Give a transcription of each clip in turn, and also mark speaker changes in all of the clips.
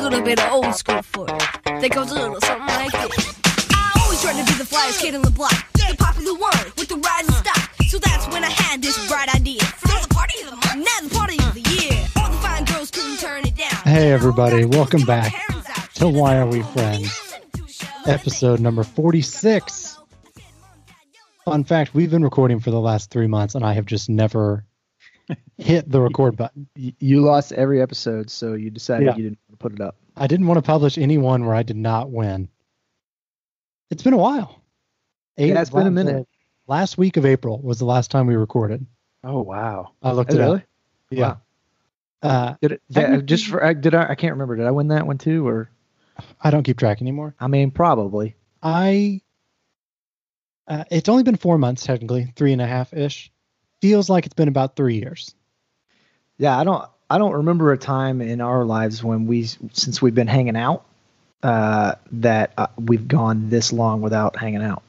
Speaker 1: little bit of old school for it. That goes a little something like this. I always tried to be the flyest kid on the block, the popular one with the rising stock. So that's when I had this bright idea. Now the party of the month, now the party of the year. All the fine girls couldn't turn it down.
Speaker 2: Hey, everybody, welcome back to Why Are We Friends, episode number 46. Fun fact we've been recording for the last three months, and I have just never hit the record button.
Speaker 3: Y- You lost every episode, so you decided
Speaker 2: Yeah.
Speaker 3: you didn't want to put it up.
Speaker 2: I didn't want to publish any one where I did not win. It's been a while. Eight-
Speaker 3: Yeah, it's been a
Speaker 2: la-
Speaker 3: minute.
Speaker 2: the Last week of April was the last time we recorded.
Speaker 3: Oh wow!
Speaker 2: I looked it up.
Speaker 3: Really?
Speaker 2: Yeah. Uh,
Speaker 3: Did it?
Speaker 2: That
Speaker 3: that-
Speaker 2: would
Speaker 3: just
Speaker 2: be-
Speaker 3: for I- did I? I can't remember. Did I win that one too? Or
Speaker 2: I don't keep track anymore.
Speaker 3: I mean, probably.
Speaker 2: I uh, it's only been four months technically, three and a half ish. Feels like it's been about three years.
Speaker 3: Yeah, I don't. I don't remember a time in our lives when we, since we've been hanging out, uh, that uh, we've gone this long without hanging out.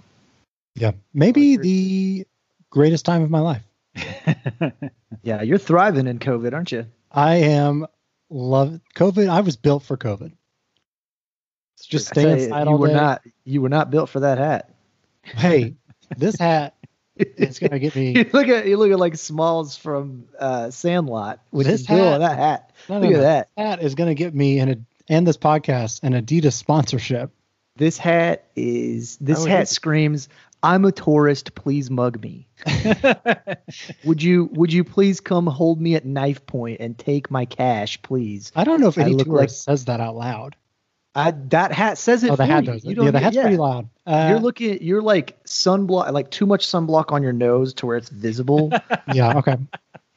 Speaker 2: Yeah, maybe
Speaker 3: Oh, agree.
Speaker 2: the greatest time of my life.
Speaker 3: Yeah, you're thriving in COVID, aren't you?
Speaker 2: I am love COVID. I was built for COVID. Just
Speaker 3: I tell
Speaker 2: stay
Speaker 3: you,
Speaker 2: inside
Speaker 3: you
Speaker 2: all
Speaker 3: were
Speaker 2: day.
Speaker 3: not. You were not built for that hat.
Speaker 2: Hey, this hat is gonna get me.
Speaker 3: you look at you look at like Smalls from uh, Sandlot with
Speaker 2: This
Speaker 3: his bill
Speaker 2: hat-
Speaker 3: and that hat.
Speaker 2: No, no,
Speaker 3: Look at
Speaker 2: no.
Speaker 3: that.
Speaker 2: Hat is gonna get me and and this podcast an Adidas sponsorship.
Speaker 3: This hat is this
Speaker 2: Oh, it
Speaker 3: hat
Speaker 2: is.
Speaker 3: screams, "I'm a tourist. Please mug me. would you would you please come hold me at knife point and take my cash, please?"
Speaker 2: I don't know if
Speaker 3: I
Speaker 2: any
Speaker 3: look
Speaker 2: tourist
Speaker 3: like-
Speaker 2: says that out loud.
Speaker 3: I, that hat says it.
Speaker 2: Oh, the
Speaker 3: for
Speaker 2: hat
Speaker 3: you.
Speaker 2: does.
Speaker 3: You
Speaker 2: it.
Speaker 3: don't
Speaker 2: Yeah, the
Speaker 3: need-
Speaker 2: hat's
Speaker 3: yeah.
Speaker 2: pretty loud. Uh,
Speaker 3: You're looking. You're like sunblock, like too much sunblock on your nose to where it's visible
Speaker 2: yeah, okay.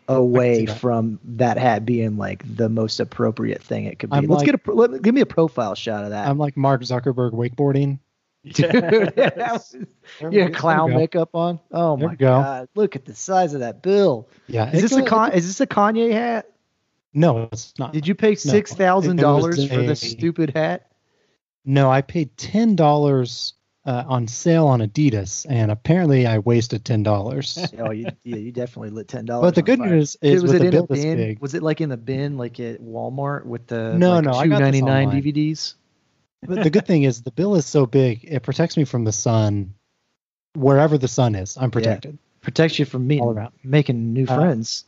Speaker 3: away
Speaker 2: that.
Speaker 3: from that hat being like the most appropriate thing it could be.
Speaker 2: I'm
Speaker 3: Let's
Speaker 2: like-
Speaker 3: get a pro- let, give me a profile shot of that.
Speaker 2: I'm like Mark Zuckerberg wakeboarding.
Speaker 3: Dude,
Speaker 4: Yes.
Speaker 2: There
Speaker 3: you
Speaker 2: we
Speaker 3: had
Speaker 2: go.
Speaker 3: clown makeup on. Oh
Speaker 2: There
Speaker 3: my
Speaker 2: we go.
Speaker 3: god! Look at the size of that bill.
Speaker 2: Yeah.
Speaker 3: Is
Speaker 2: it
Speaker 3: this a
Speaker 2: could-
Speaker 3: con- is this a Kanye hat?
Speaker 2: No, it's not.
Speaker 3: Did you pay six thousand dollars for this
Speaker 2: a-
Speaker 3: stupid hat?
Speaker 2: no, I paid ten dollars uh, on sale on Adidas, and apparently I wasted ten dollars.
Speaker 3: Oh, you, yeah, you definitely lit ten dollars.
Speaker 2: but the good news
Speaker 3: Dude,
Speaker 2: is
Speaker 3: was
Speaker 2: with
Speaker 3: Oh, it
Speaker 2: the
Speaker 3: in a
Speaker 2: bill this
Speaker 3: bin?
Speaker 2: big.
Speaker 3: Was it like in the bin, like at Walmart with the
Speaker 2: No,
Speaker 3: like,
Speaker 2: no, I
Speaker 3: two
Speaker 2: got this
Speaker 3: ninety nine
Speaker 2: online.
Speaker 3: DVDs?
Speaker 2: But the good thing is the bill is so big it protects me from the sun, wherever the sun is. I'm protected
Speaker 3: Protects you from
Speaker 2: all
Speaker 3: meeting,
Speaker 2: around.
Speaker 3: making new
Speaker 2: Uh,
Speaker 3: friends.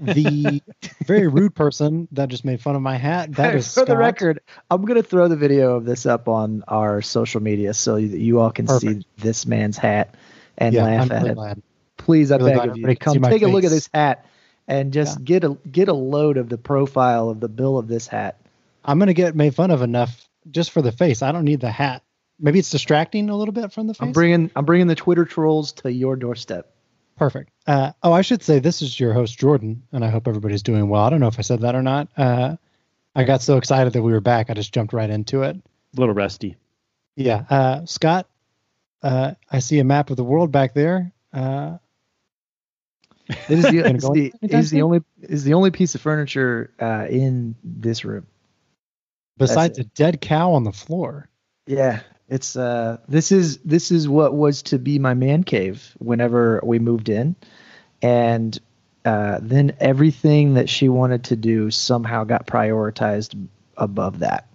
Speaker 2: The very rude person that just made fun of my hat. That is
Speaker 3: for the
Speaker 2: Scott.
Speaker 3: record, I'm gonna throw the video of this up on our social media so that you all can see
Speaker 2: Perfect.
Speaker 3: this man's hat and
Speaker 2: Yeah,
Speaker 3: laugh
Speaker 2: I'm
Speaker 3: at
Speaker 2: really
Speaker 3: it.
Speaker 2: glad.
Speaker 3: please, I
Speaker 2: Really glad
Speaker 3: beg of you,
Speaker 2: everybody
Speaker 3: to
Speaker 2: can see
Speaker 3: come
Speaker 2: my
Speaker 3: take a look at
Speaker 2: face.
Speaker 3: this hat and just get a get a load of the profile of the bill of this hat.
Speaker 2: I'm gonna get made fun of enough just for the face. I don't need the hat. Maybe it's distracting a little bit from the face.
Speaker 3: I'm bringing I'm bringing the Twitter trolls to your doorstep.
Speaker 2: Perfect. Uh, oh, I should say this is your host Jordan, and I hope everybody's doing well. I don't know if I said that or not. Uh, I got so excited that we were back, I just jumped right into it.
Speaker 4: A little rusty.
Speaker 2: Yeah, uh, Scott, uh, I see a map of the world back there. Uh,
Speaker 3: This is the,
Speaker 2: Gonna
Speaker 3: it's
Speaker 2: go
Speaker 3: the,
Speaker 2: anytime
Speaker 3: is the
Speaker 2: soon?
Speaker 3: only is the only piece of furniture uh, in this room.
Speaker 2: besides
Speaker 3: it.
Speaker 2: a dead cow on the floor.
Speaker 3: Yeah, it's uh this is this is what was to be my man cave whenever we moved in. And uh, then everything that she wanted to do somehow got prioritized above that.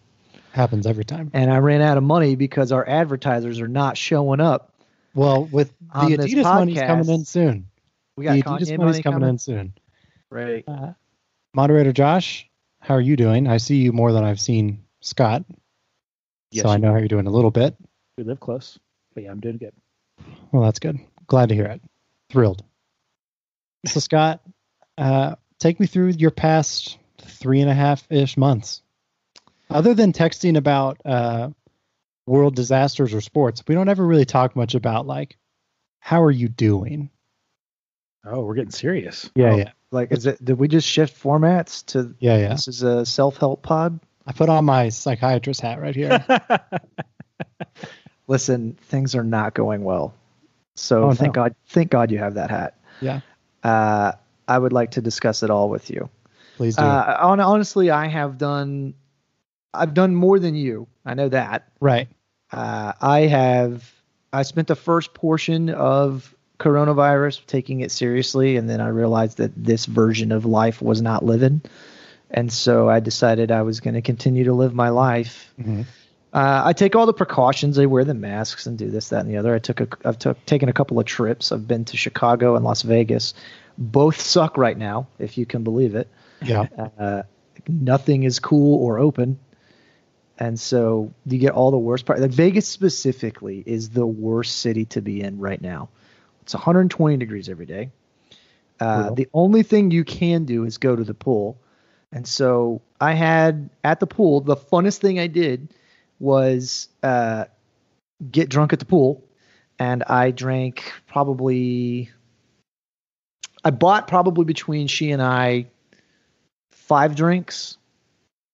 Speaker 2: Happens every time.
Speaker 3: and I ran out of money because our advertisers are not showing up.
Speaker 2: Well, with the
Speaker 3: On this
Speaker 2: Adidas money's coming in
Speaker 3: podcast,
Speaker 2: soon.
Speaker 3: We
Speaker 2: The
Speaker 3: got
Speaker 2: Adidas money's
Speaker 3: Kanye money
Speaker 2: coming,
Speaker 3: coming.
Speaker 2: in soon.
Speaker 3: Right.
Speaker 2: Uh, Moderator Josh, how are you doing? I see you more than I've seen Scott, so I know how you're doing a little bit.
Speaker 4: we live close. But yeah, I'm doing good.
Speaker 2: Well, that's good. Glad to hear it. Thrilled. So, Scott, uh, take me through your past three and a half ish months. Other than texting about uh, world disasters or sports, we don't ever really talk much about like how are you doing.
Speaker 4: Oh, we're getting serious.
Speaker 3: Oh,
Speaker 2: yeah,
Speaker 3: Like, is it? Did we just shift formats to
Speaker 2: yeah, yeah.
Speaker 3: this is a self help pod?
Speaker 2: I put on my psychiatrist hat right here.
Speaker 3: Listen, things are not going well. So
Speaker 2: Oh, no.
Speaker 3: thank God, thank God you have that hat.
Speaker 2: Yeah.
Speaker 3: Uh, I would like to discuss it all with you.
Speaker 2: Please do.
Speaker 3: Uh, hon- honestly, I have done, I've done more than you. I know that.
Speaker 2: right.
Speaker 3: Uh, I have I spent the first portion of coronavirus taking it seriously, and then I realized that this version of life was not living, And so I decided I was going to continue to live my life.
Speaker 2: Mhm.
Speaker 3: Uh, I take all the precautions. I wear the masks and do this, that, and the other. I took a, I've took, taken a couple of trips. I've been to Chicago and Las Vegas. Both suck right now, if you can believe it.
Speaker 2: Yeah.
Speaker 3: Uh, nothing is cool or open. And so you get all the worst part. Like Vegas specifically is the worst city to be in right now. It's 120 degrees every day. Uh,
Speaker 4: Brutal.
Speaker 3: the only thing you can do is go to the pool. And so I had at the pool, the funnest thing I did was uh, get drunk at the pool. And I drank probably, I bought probably between she and I five drinks,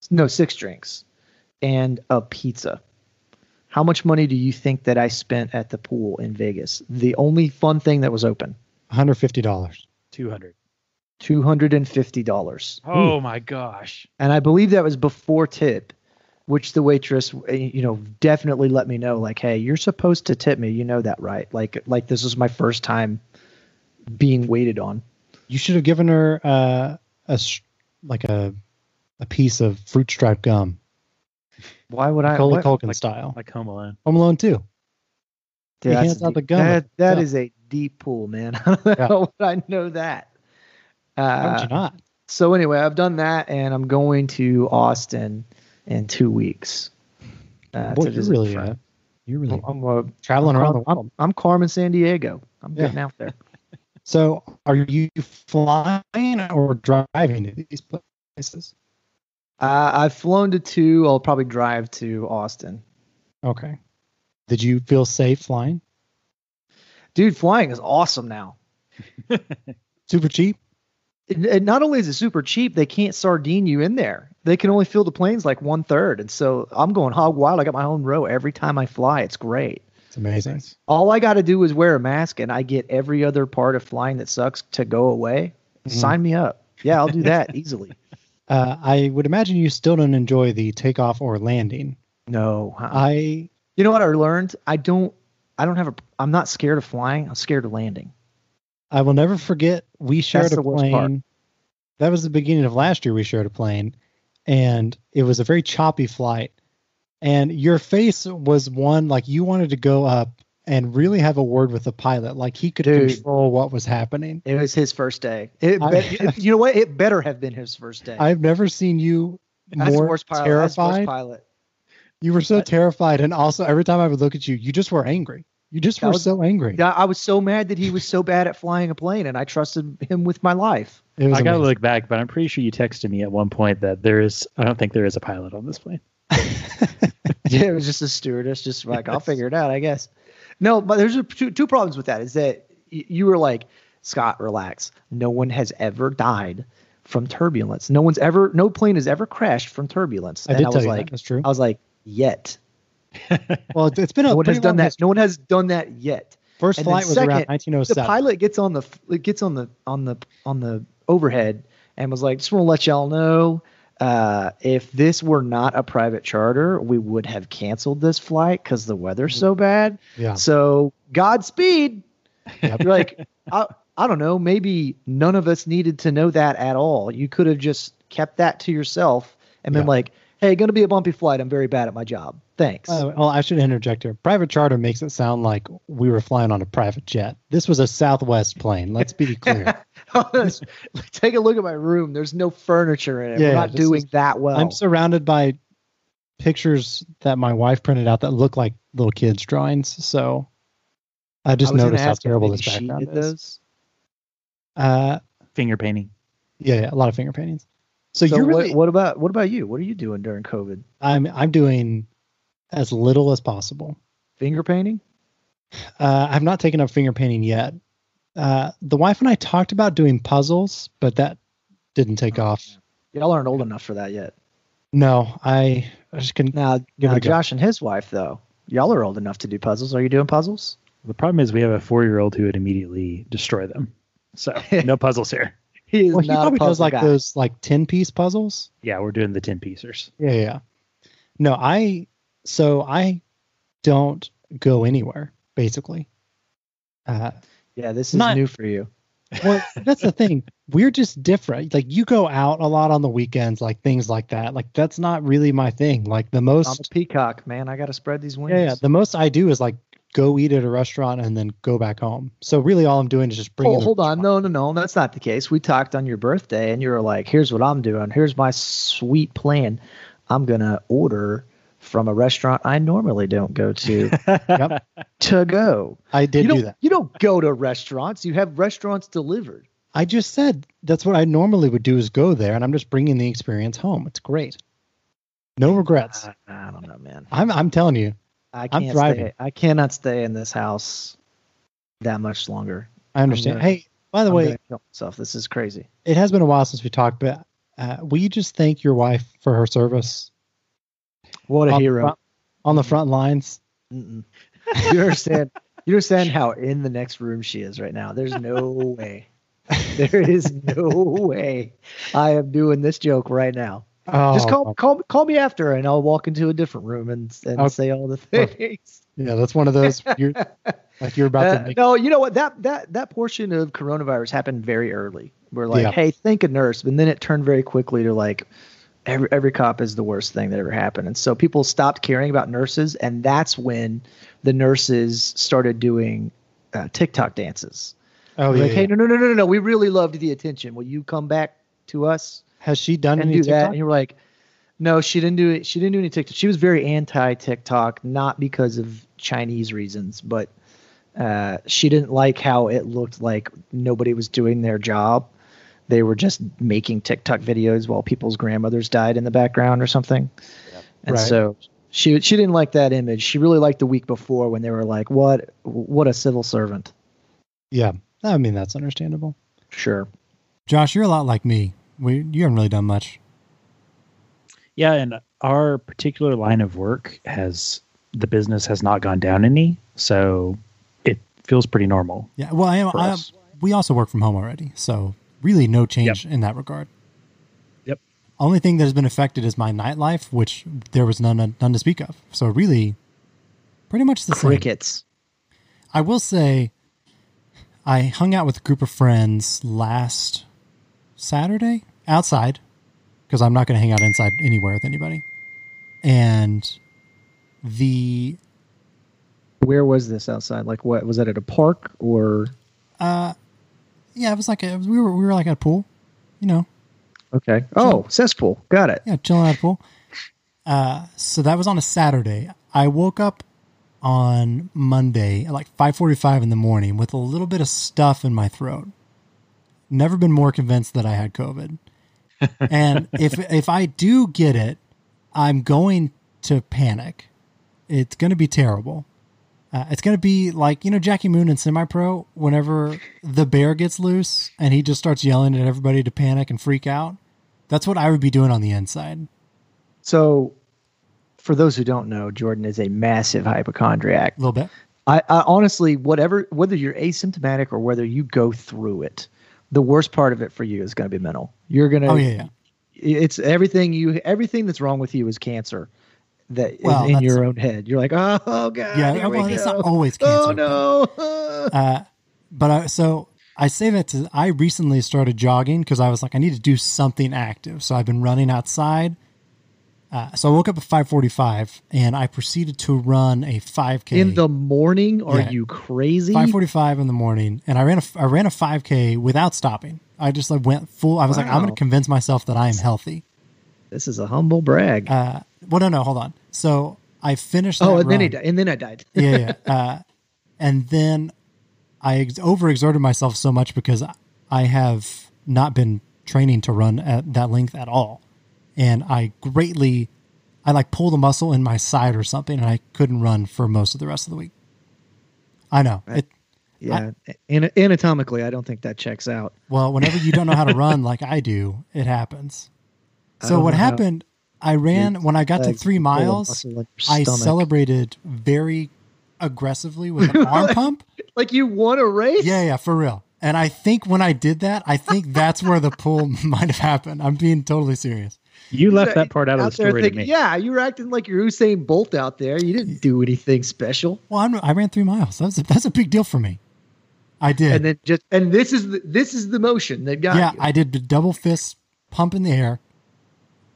Speaker 3: no, six drinks, and a pizza. How much money do you think that I spent at the pool in Vegas? The only fun thing that was open.
Speaker 2: $150.
Speaker 4: Two hundred.
Speaker 3: $250.
Speaker 2: Hmm.
Speaker 4: Oh my gosh.
Speaker 3: and I believe that was before tip, which the waitress, eh, you know, definitely let me know, like, hey, you're supposed to tip me, you know that, right? Like, like this is my first time being waited on.
Speaker 2: You should have given her uh, a s- like a a piece of fruit stripe gum,
Speaker 3: Why would I?
Speaker 2: Cola
Speaker 3: what-
Speaker 2: Culkin
Speaker 4: like-
Speaker 2: style.
Speaker 4: Like Home Alone.
Speaker 2: Home Alone too. he
Speaker 3: Dude, that's
Speaker 2: hands
Speaker 3: a
Speaker 2: out
Speaker 3: deep-
Speaker 2: the gum.
Speaker 3: That, that
Speaker 2: Yeah.
Speaker 3: is a deep pool, man. How the
Speaker 2: Yeah.
Speaker 3: hell would I know that?
Speaker 2: How would
Speaker 3: Uh,
Speaker 2: you not?
Speaker 3: so anyway, I've done that, and I'm going to Austin in two weeks. Uh,
Speaker 2: Boy,
Speaker 3: to
Speaker 2: you
Speaker 3: visit a
Speaker 2: really,
Speaker 3: friend.
Speaker 2: uh, you really
Speaker 3: I'm, uh,
Speaker 2: traveling
Speaker 3: I'm,
Speaker 2: around the
Speaker 3: Car-
Speaker 2: world.
Speaker 3: I'm, I'm Carmen San Diego. I'm
Speaker 2: Yeah.
Speaker 3: getting out there.
Speaker 2: So, are you flying or driving to these places?
Speaker 3: Uh, I've flown to two. I'll probably drive to Austin.
Speaker 2: Okay. Did you feel safe flying?
Speaker 3: Dude, flying is awesome now.
Speaker 2: Super cheap.
Speaker 3: And- and not only is it super cheap, they can't sardine you in there. They can only fill the planes like one third. And so I'm going hog wild. I got my own row every time I fly. It's great.
Speaker 2: It's amazing.
Speaker 3: All I got to do is wear a mask, and I get every other part of flying that sucks to go away.
Speaker 2: Mhm.
Speaker 3: Sign me up. Yeah, I'll do that easily.
Speaker 2: Uh, I would imagine you still don't enjoy the takeoff or landing.
Speaker 3: No, uh-uh.
Speaker 2: I
Speaker 3: you know what I learned? I don't. I don't have a. I'm not scared of flying. I'm scared of landing.
Speaker 2: I will never forget we shared
Speaker 3: That's
Speaker 2: a
Speaker 3: the worst part.
Speaker 2: plane. That was the beginning of last year we shared a plane and it was a very choppy flight. And your face was one like you wanted to go up and really have a word with the pilot like he could
Speaker 3: Dude.
Speaker 2: control what was happening.
Speaker 3: It was his first day. It
Speaker 2: I-
Speaker 3: bet- you know what? It better have been his first day.
Speaker 2: I've never seen you
Speaker 3: That's the
Speaker 2: more
Speaker 3: worst pilot. That's the worst
Speaker 2: terrified.
Speaker 3: pilot.
Speaker 2: You were so
Speaker 3: I-
Speaker 2: terrified and also every time I would look at you you just were angry. You just
Speaker 3: That
Speaker 2: were
Speaker 3: was-
Speaker 2: so angry.
Speaker 3: Yeah, I was so mad that he was so bad at flying a plane, and I trusted him with my life.
Speaker 2: It was
Speaker 4: I gotta
Speaker 2: amazing.
Speaker 4: look back, but I'm pretty sure you texted me at one point that there is. I don't think there is a pilot on this plane.
Speaker 3: yeah, it was just a stewardess, just like I'll
Speaker 4: Yes.
Speaker 3: figure it out, I guess. No, but there's a, two, two problems with that. Is that y- you were like, Scott, relax. No one has ever died from turbulence. No one's ever, no plane has ever crashed from turbulence.
Speaker 2: I
Speaker 3: and
Speaker 2: did
Speaker 3: I
Speaker 2: tell
Speaker 3: was
Speaker 2: you
Speaker 3: like,
Speaker 2: that. That's true.
Speaker 3: I was like, yet.
Speaker 2: Well, it's- it's been a
Speaker 3: No one
Speaker 2: pretty
Speaker 3: has done
Speaker 2: long
Speaker 3: that.
Speaker 2: history.
Speaker 3: No one has done that yet.
Speaker 2: First
Speaker 3: and then
Speaker 2: flight was around
Speaker 3: second, the
Speaker 2: 1907.
Speaker 3: pilot gets on the it gets on the on the on the overhead and was like, just want to let y'all know, uh, if this were not a private charter, we would have canceled this flight because the weather's so bad.
Speaker 2: yeah.
Speaker 3: So Godspeed.
Speaker 2: Yep.
Speaker 3: You're like, I I don't know, maybe none of us needed to know that at all. You could have just kept that to yourself and been
Speaker 2: Yeah.
Speaker 3: like, hey, gonna be a bumpy flight. I'm very bad at my job. Thanks.
Speaker 2: Uh, well, I should interject here. Private charter makes it sound like we were flying on a private jet. This was a Southwest plane. Let's be clear.
Speaker 3: Take a look at my room. There's no furniture in it.
Speaker 2: Yeah,
Speaker 3: We're not
Speaker 2: this
Speaker 3: doing
Speaker 2: is-
Speaker 3: that well.
Speaker 2: I'm surrounded by pictures that my wife printed out that look like little kids' drawings. So I
Speaker 3: I
Speaker 2: just
Speaker 3: was gonna
Speaker 2: noticed how
Speaker 3: ask if
Speaker 2: terrible
Speaker 3: maybe
Speaker 2: this
Speaker 3: she
Speaker 2: background
Speaker 3: did
Speaker 2: is.
Speaker 3: those.
Speaker 2: Uh,
Speaker 4: Finger painting.
Speaker 2: yeah, yeah, a lot of finger paintings. So,
Speaker 3: So
Speaker 2: you're
Speaker 3: what,
Speaker 2: really,
Speaker 3: what about what about you? What are you doing during COVID?
Speaker 2: I'm I'm doing as little as possible.
Speaker 3: Finger painting?
Speaker 2: Uh, I've not taken up finger painting yet. Uh, the wife and I talked about doing puzzles, but that didn't take
Speaker 3: Oh,
Speaker 2: off.
Speaker 3: Y'all aren't old enough for that yet.
Speaker 2: No, I, I just couldn't.
Speaker 3: Now,
Speaker 2: Give it
Speaker 3: now
Speaker 2: a go.
Speaker 3: Josh and his wife though, y'all are old enough to do puzzles. Are you doing puzzles?
Speaker 4: The problem is we have a four-year-old who would immediately destroy them. So no puzzles here.
Speaker 3: He is
Speaker 2: Well, he
Speaker 3: not
Speaker 2: probably
Speaker 3: a puzzle
Speaker 2: does like
Speaker 3: guy.
Speaker 2: those like ten piece puzzles.
Speaker 4: Yeah, we're doing the ten-piecers.
Speaker 2: Yeah, yeah. No, I. So I don't go anywhere basically. Uh,
Speaker 3: Yeah, this is
Speaker 2: Not-
Speaker 3: new for you.
Speaker 2: well, that's the thing. We're just different. Like you go out a lot on the weekends, like things like that. Like that's not really my thing. Like the
Speaker 3: I'm a
Speaker 2: most,
Speaker 3: peacock, man. I got to spread these wings.
Speaker 2: yeah, yeah, the most I do is like go eat at a restaurant and then go back home. So really, all I'm doing is just bringing.
Speaker 3: Oh,
Speaker 2: the-
Speaker 3: hold on. No, no, no. That's not the case. We talked on your birthday, and you were like, here's what I'm doing. Here's my sweet plan. I'm going to order from a restaurant I normally don't go to
Speaker 2: Yep.
Speaker 3: to go.
Speaker 2: I did
Speaker 3: you don't,
Speaker 2: do that.
Speaker 3: You don't go to restaurants, you have restaurants delivered.
Speaker 2: I just said that's what I normally would do is go there, and I'm just bringing the experience home. It's great. No regrets.
Speaker 3: I, I don't know, man.
Speaker 2: I'm I'm telling you,
Speaker 3: I
Speaker 2: I'm
Speaker 3: can't
Speaker 2: thriving.
Speaker 3: Stay, I cannot stay in this house that much longer.
Speaker 2: I understand.
Speaker 3: gonna-
Speaker 2: hey, by the
Speaker 3: I'm
Speaker 2: way,
Speaker 3: gonna kill myself. This is crazy.
Speaker 2: it has been a while since we talked, but uh, we just thank your wife for her service
Speaker 3: What a
Speaker 2: on, The
Speaker 3: hero.
Speaker 2: front, on the front lines.
Speaker 3: Mm-mm. You understand? you understand how in the next room she is right now? There's no way. There is no way I am doing this joke right now.
Speaker 2: Oh,
Speaker 3: Just call call call me after, and I'll walk into a different room and and
Speaker 2: Okay.
Speaker 3: say all the things.
Speaker 2: Yeah, that's one of those. You're, like you're about
Speaker 3: Uh,
Speaker 2: to make.
Speaker 3: no, you know what? That that that portion of coronavirus happened very early. We're like,
Speaker 2: Yeah.
Speaker 3: hey, think a nurse, and then it turned very quickly to like. Every, every cop is the worst thing that ever happened. And so people stopped caring about nurses. And that's when the nurses started doing uh, TikTok dances.
Speaker 2: Oh, yeah.
Speaker 3: like, hey,
Speaker 2: yeah.
Speaker 3: no, no, no, no, no, no. We really loved the attention. Will you come back to us
Speaker 2: Has she done
Speaker 3: and
Speaker 2: any
Speaker 3: do that?
Speaker 2: TikTok?
Speaker 3: And you were like, no, she didn't do it. She didn't do any TikTok. She was very anti TikTok, not because of Chinese reasons, but uh, she didn't like how it looked like nobody was doing their job. They were just making TikTok videos while people's grandmothers died in the background or something. And
Speaker 2: Right.
Speaker 3: so she she didn't like that image. She really liked the week before when they were like, "What what a civil servant."
Speaker 2: Yeah, I mean that's understandable.
Speaker 3: Sure.
Speaker 2: Josh, you're a lot like me. We you haven't really done much.
Speaker 4: Yeah, and our particular line of work has the business has not gone down any, so it feels pretty normal.
Speaker 2: Yeah, well, I am.
Speaker 4: For
Speaker 2: I,
Speaker 4: us.
Speaker 2: we also work from home already, so really no change in that regard.
Speaker 4: Yep.
Speaker 2: Only thing that has been affected is my nightlife, which there was none none to speak of. So really, pretty much the same.
Speaker 3: Crickets.
Speaker 2: I will say, I hung out with a group of friends last Saturday outside because I'm not going to hang out inside anywhere with anybody. And the
Speaker 3: Where was this outside? Like what was that at a park or
Speaker 2: yeah, it was like a, we were we were like at a pool, you know,
Speaker 3: Okay. Oh, cesspool. Got it.
Speaker 2: yeah, chilling at a pool. Uh, so that was on a Saturday. I woke up on Monday at like 5:45 in the morning with a little bit of stuff in my throat. Never been more convinced that I had COVID. And if if I do get it, I'm going to panic. It's going to be terrible. Uh, it's going to be like you know Jackie Moon in Semi Pro. Whenever the bear gets loose and he just starts yelling at everybody to panic and freak out, that's what I would be doing on the inside.
Speaker 3: So, for those who don't know, Jordan is a massive hypochondriac.
Speaker 2: A little bit.
Speaker 3: I, I honestly, whatever, whether you're asymptomatic or whether you go through it, the worst part of it for you is going to be mental. You're going to.
Speaker 2: Oh yeah, yeah.
Speaker 3: It's everything you. Everything that's wrong with you is cancer. That is
Speaker 2: Well,
Speaker 3: in
Speaker 2: that's-
Speaker 3: your own head. You're like, oh, god.
Speaker 2: Yeah,
Speaker 3: here
Speaker 2: well,
Speaker 3: we
Speaker 2: it's
Speaker 3: go.
Speaker 2: not always
Speaker 3: Oh
Speaker 2: cancer,
Speaker 3: no.
Speaker 2: Uh, but I, so I say that to I recently started jogging because I was like I need to do something active. So I've been running outside. Uh, so I woke up at five forty-five and I proceeded to run a five k
Speaker 3: in the morning, are
Speaker 2: Yeah.
Speaker 3: you crazy?
Speaker 2: five forty-five in the morning, and I ran a I ran a five k without stopping. I just like went full. I was like I'm going
Speaker 3: Wow.
Speaker 2: to convince myself that I am healthy.
Speaker 3: This is a humble brag.
Speaker 2: Uh, well, no, no, hold on. So I finished.
Speaker 3: oh,
Speaker 2: that
Speaker 3: and then he
Speaker 2: run.
Speaker 3: died. And then I died.
Speaker 2: yeah, yeah. Uh, and then I ex- overexerted myself so much because I have not been training to run at that length at all, and I greatly, I like pulled a muscle in my side or something, and I couldn't run for most of the rest of the week. I know. It,
Speaker 3: Yeah, ana- anatomically, I don't think that checks out.
Speaker 2: well, whenever you don't know how to run like I do, it happens.
Speaker 3: I
Speaker 2: So
Speaker 3: don't
Speaker 2: what
Speaker 3: know how-
Speaker 2: happened? I ran when I got to
Speaker 3: legs
Speaker 2: three
Speaker 3: can pull a
Speaker 2: miles.
Speaker 3: muscle in your
Speaker 2: I
Speaker 3: stomach.
Speaker 2: celebrated very aggressively with an arm pump.
Speaker 3: Like you won a race?
Speaker 2: Yeah, yeah, for real. And I think when I did that, I think that's where the pull might have happened. I'm being totally serious.
Speaker 4: You left
Speaker 3: Out-
Speaker 4: that part out of the
Speaker 3: there
Speaker 4: story to
Speaker 3: thinking-
Speaker 4: me.
Speaker 3: Yeah, you were acting like you're Usain Bolt out there. You didn't do anything special.
Speaker 2: Well, I'm, I ran three miles. That's a, that's a big deal for me. I did.
Speaker 3: and then just and this is the, this is the motion they've got.
Speaker 2: yeah,
Speaker 3: you.
Speaker 2: I did the double fist pump in the air,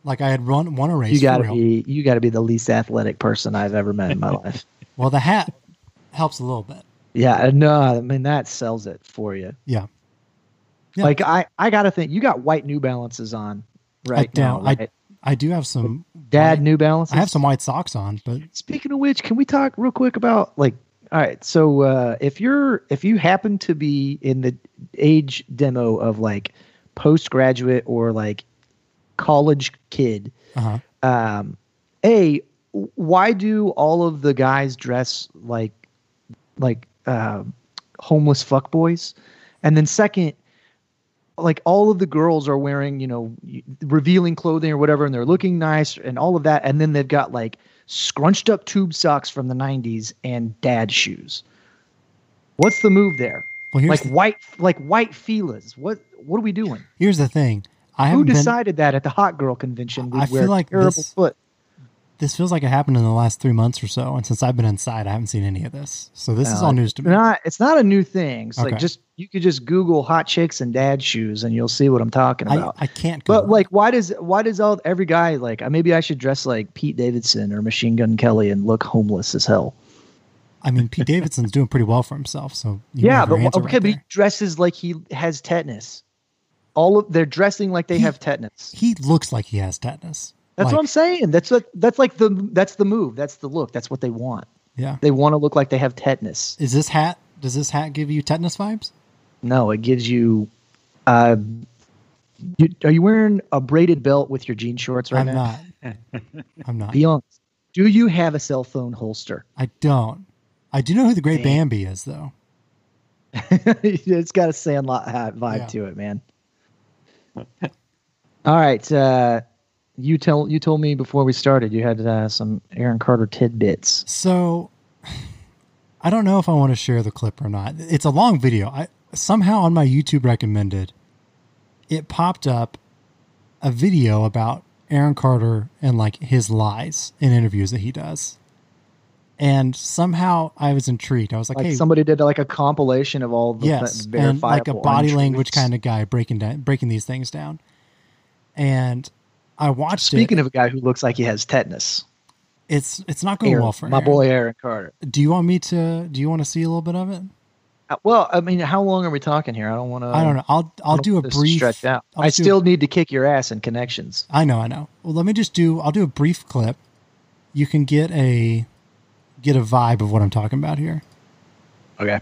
Speaker 2: like I had run won a race.
Speaker 3: you
Speaker 2: for
Speaker 3: gotta
Speaker 2: real.
Speaker 3: be you gotta be the least athletic person I've ever met in my life.
Speaker 2: Well, the hat helps a little bit.
Speaker 3: Yeah, no, I mean that sells it for you.
Speaker 2: Yeah. Yeah.
Speaker 3: Like I, I gotta think you got white New Balances on right now.
Speaker 2: don't. I-
Speaker 3: right?
Speaker 2: I do have some.
Speaker 3: Dad
Speaker 2: white-
Speaker 3: New Balances.
Speaker 2: I have some white socks on, but
Speaker 3: Speaking of which, can we talk real quick about like all right, so uh if you're if you happen to be in the age demo of like postgraduate or like college kid,
Speaker 2: uh
Speaker 3: um A, why do all of the guys dress like like um homeless fuckboys? And then second, like all of the girls are wearing, you know, revealing clothing or whatever, and they're looking nice and all of that. And then they've got like scrunched up tube socks from the 90s and dad shoes. What's the move there?
Speaker 2: well, here's
Speaker 3: Like
Speaker 2: the,
Speaker 3: white, like white Fila's. What, what are we doing?
Speaker 2: here's the thing. I
Speaker 3: Who
Speaker 2: haven't been.
Speaker 3: decided that at the hot girl convention? We'd
Speaker 2: I feel
Speaker 3: wear
Speaker 2: like
Speaker 3: terrible
Speaker 2: this-
Speaker 3: foot.
Speaker 2: This feels like it happened in the last three months or so, and since I've been inside, I haven't seen any of this. So this is
Speaker 3: No,
Speaker 2: all news to me.
Speaker 3: Not, it's not a new thing. It's
Speaker 2: Okay.
Speaker 3: like just you could just Google hot chicks and dad shoes, and you'll see what I'm talking
Speaker 2: I,
Speaker 3: about.
Speaker 2: I can't.
Speaker 3: But
Speaker 2: Google
Speaker 3: like, why does why does all every guy like? uh, Maybe I should dress like Pete Davidson or Machine Gun Kelly and look homeless as hell.
Speaker 2: it. I mean, Pete Davidson's doing pretty well for himself. So you
Speaker 3: yeah,
Speaker 2: have
Speaker 3: but
Speaker 2: your
Speaker 3: wh-
Speaker 2: answer
Speaker 3: okay,
Speaker 2: right
Speaker 3: but he
Speaker 2: there.
Speaker 3: dresses like he has tetanus. All of they're dressing like they
Speaker 2: He-
Speaker 3: have tetanus.
Speaker 2: he looks like he has tetanus.
Speaker 3: That's
Speaker 2: Like,
Speaker 3: what I'm saying. That's what that's like the that's the move. That's the look. That's what they want.
Speaker 2: Yeah.
Speaker 3: They want to look like they have tetanus.
Speaker 2: Is this hat? Does this hat give you tetanus vibes?
Speaker 3: No, it gives you. Uh, you are you wearing a braided belt with your jean shorts right
Speaker 2: I'm
Speaker 3: now?
Speaker 2: not. I'm not.
Speaker 3: Be honest. Do you have a cell phone holster?
Speaker 2: I don't. I do know who the Great
Speaker 3: Damn.
Speaker 2: Bambi is, though.
Speaker 3: it's got a Sandlot hat vibe
Speaker 2: Yeah.
Speaker 3: to it, man. All right, uh, you tell you told me before we started you had uh, some Aaron Carter tidbits.
Speaker 2: So, I don't know if I want to share the clip or not. It's a long video. I somehow on my YouTube recommended, it popped up a video about Aaron Carter and like his lies in interviews that he does. And somehow I was intrigued. I was like,
Speaker 3: Like
Speaker 2: "Hey,
Speaker 3: somebody did like a compilation of all the
Speaker 2: yes,
Speaker 3: th-
Speaker 2: and like a
Speaker 3: verifiable
Speaker 2: body language
Speaker 3: untruths.
Speaker 2: kind of guy breaking down, breaking these things down." And I watched
Speaker 3: Speaking
Speaker 2: it.
Speaker 3: of a guy who looks like he has tetanus,
Speaker 2: it's it's not going
Speaker 3: Aaron-
Speaker 2: well for
Speaker 3: my
Speaker 2: Aaron.
Speaker 3: boy Aaron Carter.
Speaker 2: Do you want me to? Do you want to see a little bit of it?
Speaker 3: Uh, Well, I mean, how long are we talking here? I don't want to.
Speaker 2: I don't know. I'll I'll do a brief.
Speaker 3: um, stretch out.
Speaker 2: I'll
Speaker 3: I
Speaker 2: do a-
Speaker 3: still need to kick your ass in connections.
Speaker 2: I know, I know. Well, let me just do. I'll do a brief clip. You can get a get a vibe of what I'm talking about here.
Speaker 3: Okay.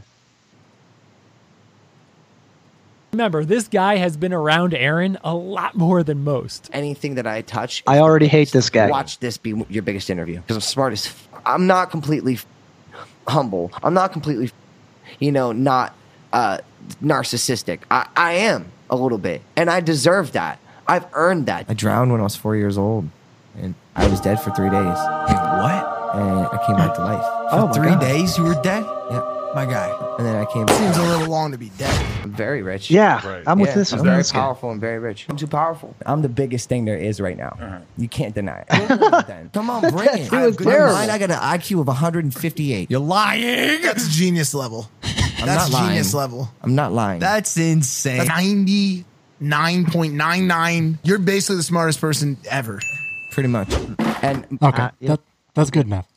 Speaker 5: Remember, this guy has been around Aaron a lot more than most.
Speaker 6: anything that I touch.
Speaker 3: I already hate this guy.
Speaker 6: Watch this be your biggest interview because I'm smart as. F- I'm not completely f- humble. I'm not completely, f- you know, not uh, narcissistic. I, I am a little bit, and I deserve that. I've earned that. I drowned when I was four years old, and I was dead for three days, and
Speaker 7: Wait, what?
Speaker 6: I came back to life.
Speaker 7: For
Speaker 3: Oh my
Speaker 7: three
Speaker 3: God.
Speaker 7: days you were dead?
Speaker 6: Yeah.
Speaker 7: My guy.
Speaker 6: And then I came.
Speaker 7: Seems a little long to be dead.
Speaker 6: I'm very rich.
Speaker 3: Yeah, I'm with
Speaker 6: Yeah,
Speaker 3: this.
Speaker 6: I'm
Speaker 3: I'm
Speaker 6: very
Speaker 3: with this guy.
Speaker 6: powerful and very rich. I'm too powerful. Uh-huh. I'm the biggest thing there is right now. You can't deny it.
Speaker 7: Come on, bring it.
Speaker 6: He was
Speaker 7: I- in my
Speaker 6: terrible.
Speaker 7: mind, I got an IQ of 158. You're lying.
Speaker 8: That's genius level.
Speaker 6: I'm
Speaker 7: That's
Speaker 6: not lying.
Speaker 7: genius level.
Speaker 6: I'm not lying.
Speaker 7: That's insane.
Speaker 8: 99.99. You're basically the smartest person ever.
Speaker 6: pretty much. And
Speaker 2: Okay,
Speaker 3: Uh, yeah.
Speaker 2: that, that's good enough.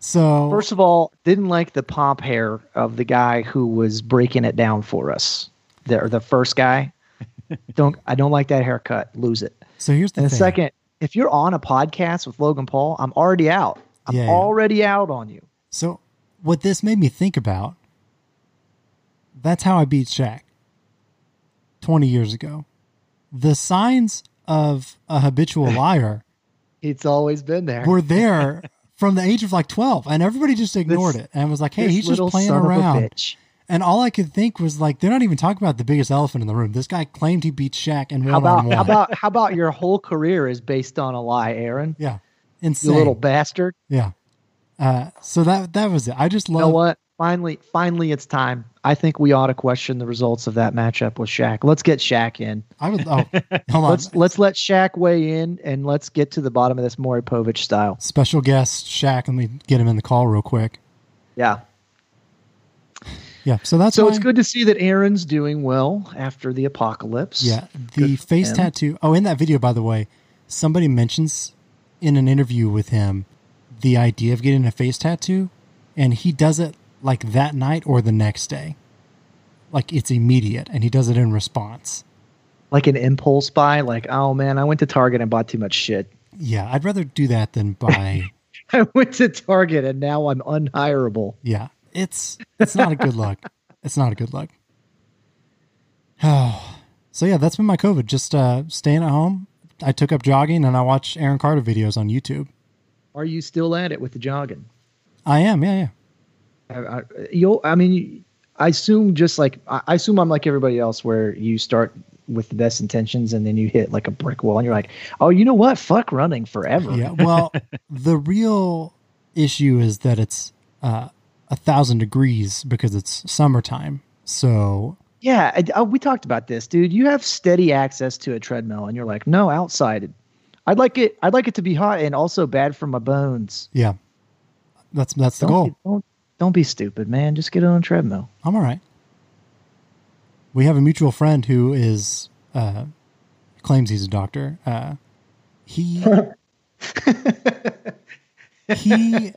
Speaker 2: So
Speaker 3: First of all, didn't like the pomp hair of the guy who was breaking it down for us. The or the first guy. don't I don't like that haircut. Lose it.
Speaker 2: so here's the
Speaker 3: And the
Speaker 2: thing.
Speaker 3: second, if you're on a podcast with Logan Paul, I'm already out. I'm
Speaker 2: Yeah, yeah.
Speaker 3: already out on you.
Speaker 2: So what this made me think about. That's how I beat Shaq. Twenty years ago, the signs of a habitual liar
Speaker 3: It's always been there.
Speaker 2: were there from the age of like twelve, and everybody just ignored
Speaker 3: This-
Speaker 2: it and was like, "Hey,
Speaker 3: This
Speaker 2: he's just
Speaker 3: little
Speaker 2: playing
Speaker 3: son of a
Speaker 2: around."
Speaker 3: bitch.
Speaker 2: And all I could think was like, they're not even talking about the biggest elephant in the room. This guy claimed he beat Shaq and
Speaker 3: How
Speaker 2: one
Speaker 3: about
Speaker 2: on
Speaker 3: how
Speaker 2: one.
Speaker 3: about how about your whole career is based on a lie, Aaron?
Speaker 2: Yeah,
Speaker 3: You
Speaker 2: insane.
Speaker 3: little bastard.
Speaker 2: yeah. Uh, so that that was it. I just
Speaker 3: You know
Speaker 2: love.
Speaker 3: what? Finally, finally, it's time. I think we ought to question the results of that matchup with Shaq. Let's get Shaq in.
Speaker 2: I would. Oh, hold on.
Speaker 3: Let's let's let Shaq weigh in and let's get to the bottom of this Moripovich style.
Speaker 2: Special guest Shaq. Let me get him in the call real quick.
Speaker 3: Yeah.
Speaker 2: Yeah. So that's
Speaker 3: So
Speaker 2: why-
Speaker 3: it's good to see that Aaron's doing well after the apocalypse.
Speaker 2: Yeah, the face
Speaker 3: him.
Speaker 2: tattoo. Oh, in that video, by the way, somebody mentions in an interview with him the idea of getting a face tattoo, and he does it like that night or the next day. Like it's immediate, and he does it in response.
Speaker 3: Like an impulse buy, like, oh man, I went to Target and bought too much shit.
Speaker 2: Yeah, I'd rather do that than buy.
Speaker 3: I went to Target and now I'm unhireable.
Speaker 2: yeah, it's it's not a good look. It's not a good look. Oh, so yeah, that's been my COVID. Just uh, staying at home. I took up jogging and I watch Aaron Carter videos on YouTube.
Speaker 3: Are you still at it with the jogging?
Speaker 2: I am, yeah, yeah.
Speaker 3: I, I, you'll, I mean, I assume just like I I assume I'm like everybody else, where you start with the best intentions and then you hit like a brick wall and you're like, oh, you know what? Fuck running forever.
Speaker 2: Yeah. Well, the real issue is that it's uh, a thousand degrees because it's summertime. So
Speaker 3: Yeah, I, I- we talked about this, dude. You have steady access to a treadmill, and you're like, no, outside. I'd like it. I'd like it to be hot and also bad for my bones.
Speaker 2: yeah, that's that's the
Speaker 3: Don't,
Speaker 2: goal.
Speaker 3: be- don't don't be stupid, man. Just get on a treadmill.
Speaker 2: I'm all right. We have a mutual friend who is uh, claims he's a doctor. Uh, he he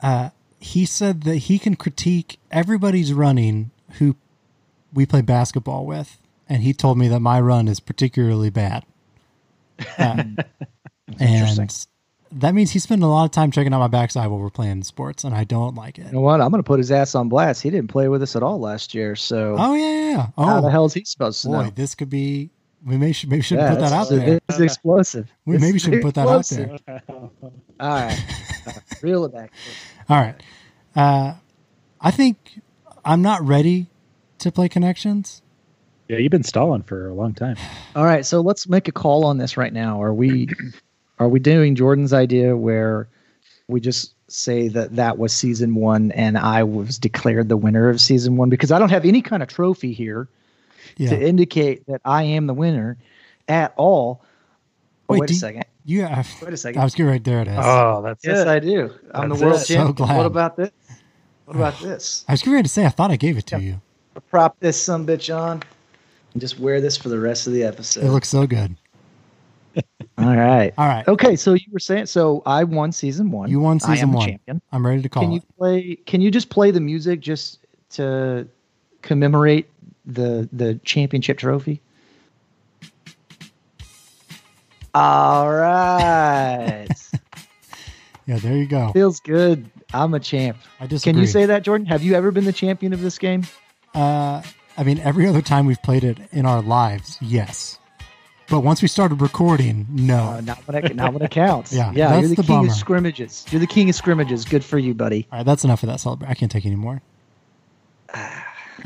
Speaker 2: uh, he said that he can critique everybody's running who we play basketball with, and he told me that my run is particularly bad. Um,
Speaker 3: interesting.
Speaker 2: and that means he spent a lot of time checking out my backside while we're playing sports, and I don't like it.
Speaker 3: You know what? I'm gonna put his ass on blast. He didn't play with us at all last year, so
Speaker 2: Oh yeah, yeah, yeah. Oh,
Speaker 3: how the hell is he supposed to
Speaker 2: boy,
Speaker 3: know?
Speaker 2: this could be. We may should maybe should not put that
Speaker 3: that's-
Speaker 2: out there.
Speaker 3: It's explosive.
Speaker 2: We maybe
Speaker 3: It's
Speaker 2: should put that out
Speaker 3: explosive.
Speaker 2: there.
Speaker 3: All right, reel it back.
Speaker 2: All right. Uh, I think I'm not ready to play connections.
Speaker 4: Yeah, you've been stalling for a long time.
Speaker 3: All right, so let's make a call on this right now. Are we are we doing Jordan's idea where we just say that that was season 1 and I was declared the winner of season 1 because I don't have any kind of trophy here
Speaker 2: Yeah.
Speaker 3: to indicate that I am the winner at all. Oh,
Speaker 2: Wait,
Speaker 3: wait,
Speaker 2: do
Speaker 3: a
Speaker 2: you-
Speaker 3: second.
Speaker 2: You have.
Speaker 3: Wait a second.
Speaker 2: I was good right there. It is.
Speaker 4: Oh, that's
Speaker 3: yes,
Speaker 4: it.
Speaker 3: I do. I'm
Speaker 4: That's
Speaker 3: the world
Speaker 4: it.
Speaker 2: So
Speaker 3: champion.
Speaker 2: glad.
Speaker 3: What about this? What about this?
Speaker 2: I was getting ready to say I thought I gave it to you.
Speaker 3: Prop this some bitch on and just wear this for the rest of the episode.
Speaker 2: It looks so good.
Speaker 3: all right.
Speaker 2: All right.
Speaker 3: Okay, so you were saying so I won season 1.
Speaker 2: You won
Speaker 3: I am
Speaker 2: season
Speaker 3: the
Speaker 2: one.
Speaker 3: champion.
Speaker 2: I'm ready to call
Speaker 3: can you
Speaker 2: it.
Speaker 3: play can you just play the music just to commemorate the the championship trophy all right
Speaker 2: Yeah, there you go.
Speaker 3: feels good i'm a champ
Speaker 2: I disagree.
Speaker 3: can you say that jordan have you ever been the champion of this game
Speaker 2: Uh, I mean, every other time we've played it in our lives, yes. But once we started recording, no.
Speaker 3: uh, not when it not when it counts
Speaker 2: Yeah,
Speaker 3: yeah
Speaker 2: that's
Speaker 3: you're the,
Speaker 2: the
Speaker 3: king
Speaker 2: bummer.
Speaker 3: of scrimmages you're the king of scrimmages good for you buddy
Speaker 2: All right, that's enough of that celebration. I can't take any more. All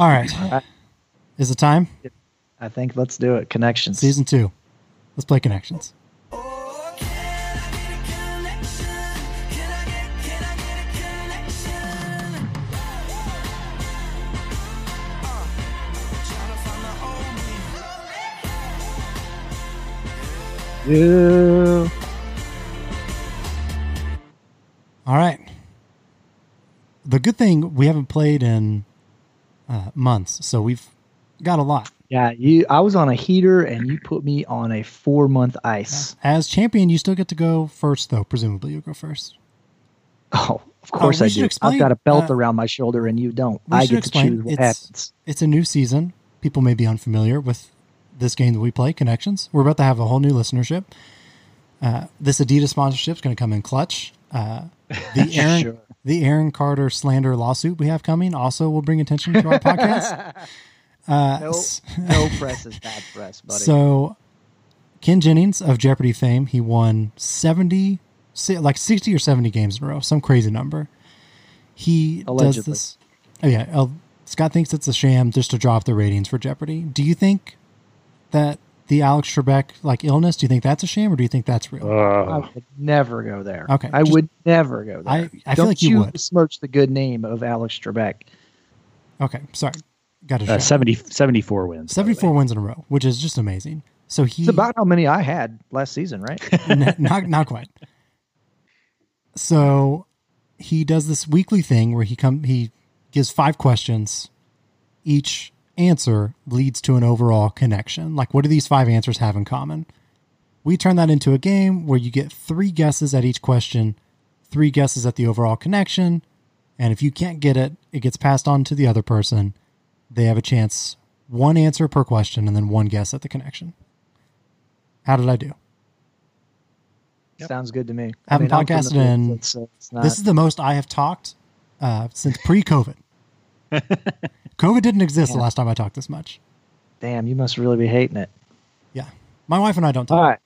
Speaker 2: right. Is it time?
Speaker 3: i think let's do it connections
Speaker 2: Season two. Let's play connections.
Speaker 3: Yeah.
Speaker 2: All right. The good thing we haven't played in uh, months, so we've got a lot.
Speaker 3: yeah you i was on a heater and you put me on a four month ice
Speaker 2: As champion, you still get to go first, though. Presumably, you'll go first.
Speaker 3: Oh, of course
Speaker 2: Uh, we
Speaker 3: I
Speaker 2: should
Speaker 3: do.
Speaker 2: explain,
Speaker 3: I've got a belt
Speaker 2: uh,
Speaker 3: around my shoulder, and you don't.
Speaker 2: we
Speaker 3: I
Speaker 2: should
Speaker 3: get to
Speaker 2: explain
Speaker 3: choose what
Speaker 2: it's-
Speaker 3: happens.
Speaker 2: It's a new season. People may be unfamiliar with this game that we play, Connections. We're about to have a whole new listenership. Uh, this Adidas sponsorship is going to come in clutch. Uh, the Aaron,
Speaker 3: Sure.
Speaker 2: the Aaron Carter slander lawsuit we have coming also will bring attention to our podcast. Uh,
Speaker 3: No,
Speaker 2: s-
Speaker 3: no press is bad press, buddy.
Speaker 2: So, Ken Jennings of Jeopardy fame, he won 70, si- like 60 or 70 games in a row, some crazy number. He does
Speaker 3: Allegedly.
Speaker 2: this. Oh, yeah. uh, Scott thinks it's a sham just to drop the ratings for Jeopardy. Do you think that the Alex Trebek like illness, do you think that's a sham or do you think that's
Speaker 3: Uh,
Speaker 2: real?
Speaker 3: I
Speaker 4: Oh,
Speaker 3: would never go there.
Speaker 2: Okay,
Speaker 3: I
Speaker 2: just-
Speaker 3: would never go there.
Speaker 2: I- I feel
Speaker 3: don't
Speaker 2: like you would.
Speaker 3: besmirch the good name of Alex Trebek.
Speaker 2: okay. Sorry. Got to
Speaker 4: uh, 70, 74 wins. by the way.
Speaker 2: 74 wins in a row, which is just amazing. So he
Speaker 3: It's about how many I had last season, right?
Speaker 2: N- not not quite. So he does this weekly thing where he come he gives five questions each answer leads to an overall connection. Like, what do these five answers have in common? We turn that into a game where you get three guesses at each question, three guesses at the overall connection, and if you can't get it, it gets passed on to the other person. They have a chance one answer per question and then one guess at the connection. How did I do?
Speaker 3: Sounds good to me.
Speaker 2: I haven't
Speaker 3: I'm from the
Speaker 2: podcasted in-
Speaker 3: Philippines, so it's not-
Speaker 2: This is the most I have talked uh, since pre COVID. COVID didn't exist the last time I talked this much.
Speaker 3: damn. You must really be hating it.
Speaker 2: My wife and I don't talk.
Speaker 3: All right.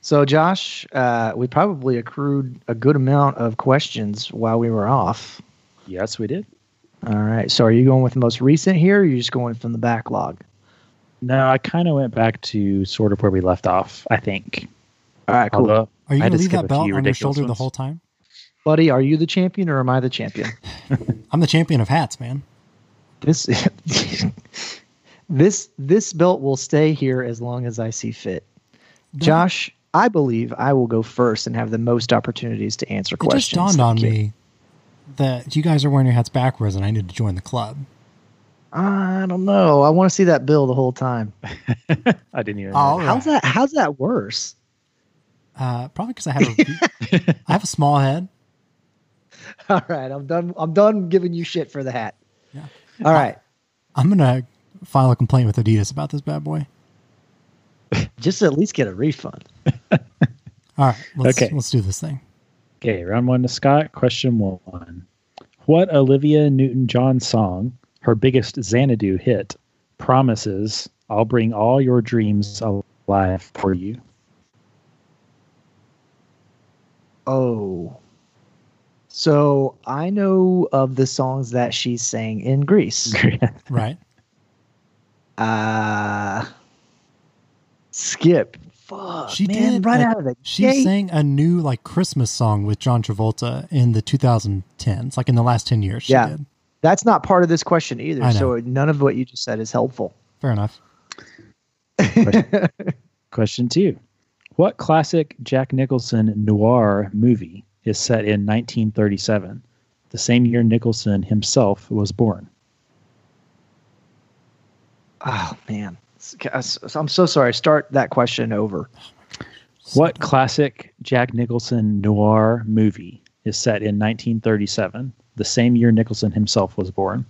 Speaker 3: So, Josh, uh, we probably accrued a good amount of questions while we were off.
Speaker 4: Yes, we did.
Speaker 3: All right. So, are you going with the most recent here, or are you just going from the backlog?
Speaker 4: No, I kind of went back to sort of where we left off. I think.
Speaker 3: All right, cool.
Speaker 4: Although
Speaker 2: Are you
Speaker 4: I
Speaker 2: going
Speaker 4: had to
Speaker 2: to leave
Speaker 4: skip
Speaker 2: that
Speaker 4: a
Speaker 2: belt
Speaker 4: few
Speaker 2: on your
Speaker 4: ridiculous
Speaker 2: shoulder the
Speaker 4: ones.
Speaker 2: whole time?
Speaker 3: Buddy, are you the champion or am I the champion?
Speaker 2: I'm the champion of hats, man.
Speaker 3: This this this belt will stay here as long as I see fit. Josh, I believe I will go first and have the most opportunities to answer
Speaker 2: It just
Speaker 3: questions.
Speaker 2: dawned on
Speaker 3: Thank you.
Speaker 2: me that you guys are wearing your hats backwards and I need to join the club.
Speaker 3: I don't know. I want to see that bill the whole time.
Speaker 4: I didn't even.
Speaker 2: All
Speaker 3: How's
Speaker 2: right.
Speaker 3: that? How's that worse?
Speaker 2: Uh, probably because I have a, I have a small head.
Speaker 3: All right, I'm done. I'm done giving you shit for the hat. All right,
Speaker 2: I'm going to file a complaint with Adidas about this bad boy.
Speaker 3: just at least get a refund.
Speaker 2: All right, let's,
Speaker 4: Okay.
Speaker 2: let's do this thing.
Speaker 4: Okay, round one to Scott. Question one. What Olivia Newton John song, her biggest Xanadu hit, promises, I'll bring all your dreams alive for you?
Speaker 3: Oh, so I know of the songs that she sang in Greece.
Speaker 2: Right.
Speaker 3: Uh Skip. Fuck,
Speaker 2: She
Speaker 3: man,
Speaker 2: did
Speaker 3: right
Speaker 2: a-
Speaker 3: out of it.
Speaker 2: She sang a new like Christmas song with John Travolta in the 2010s, like in the last 10 years. She
Speaker 3: Yeah.
Speaker 2: did.
Speaker 3: That's not part of this question
Speaker 2: I
Speaker 3: either.
Speaker 2: know.
Speaker 3: So none of what you just said is helpful.
Speaker 2: Fair enough.
Speaker 4: Question two. What classic Jack Nicholson noir movie is set in 1937, the same year Nicholson himself was born?
Speaker 3: Oh man, S- I'm so sorry. Start that question over.
Speaker 4: What classic Jack Nicholson noir movie is set in 1937, the same year Nicholson himself was born?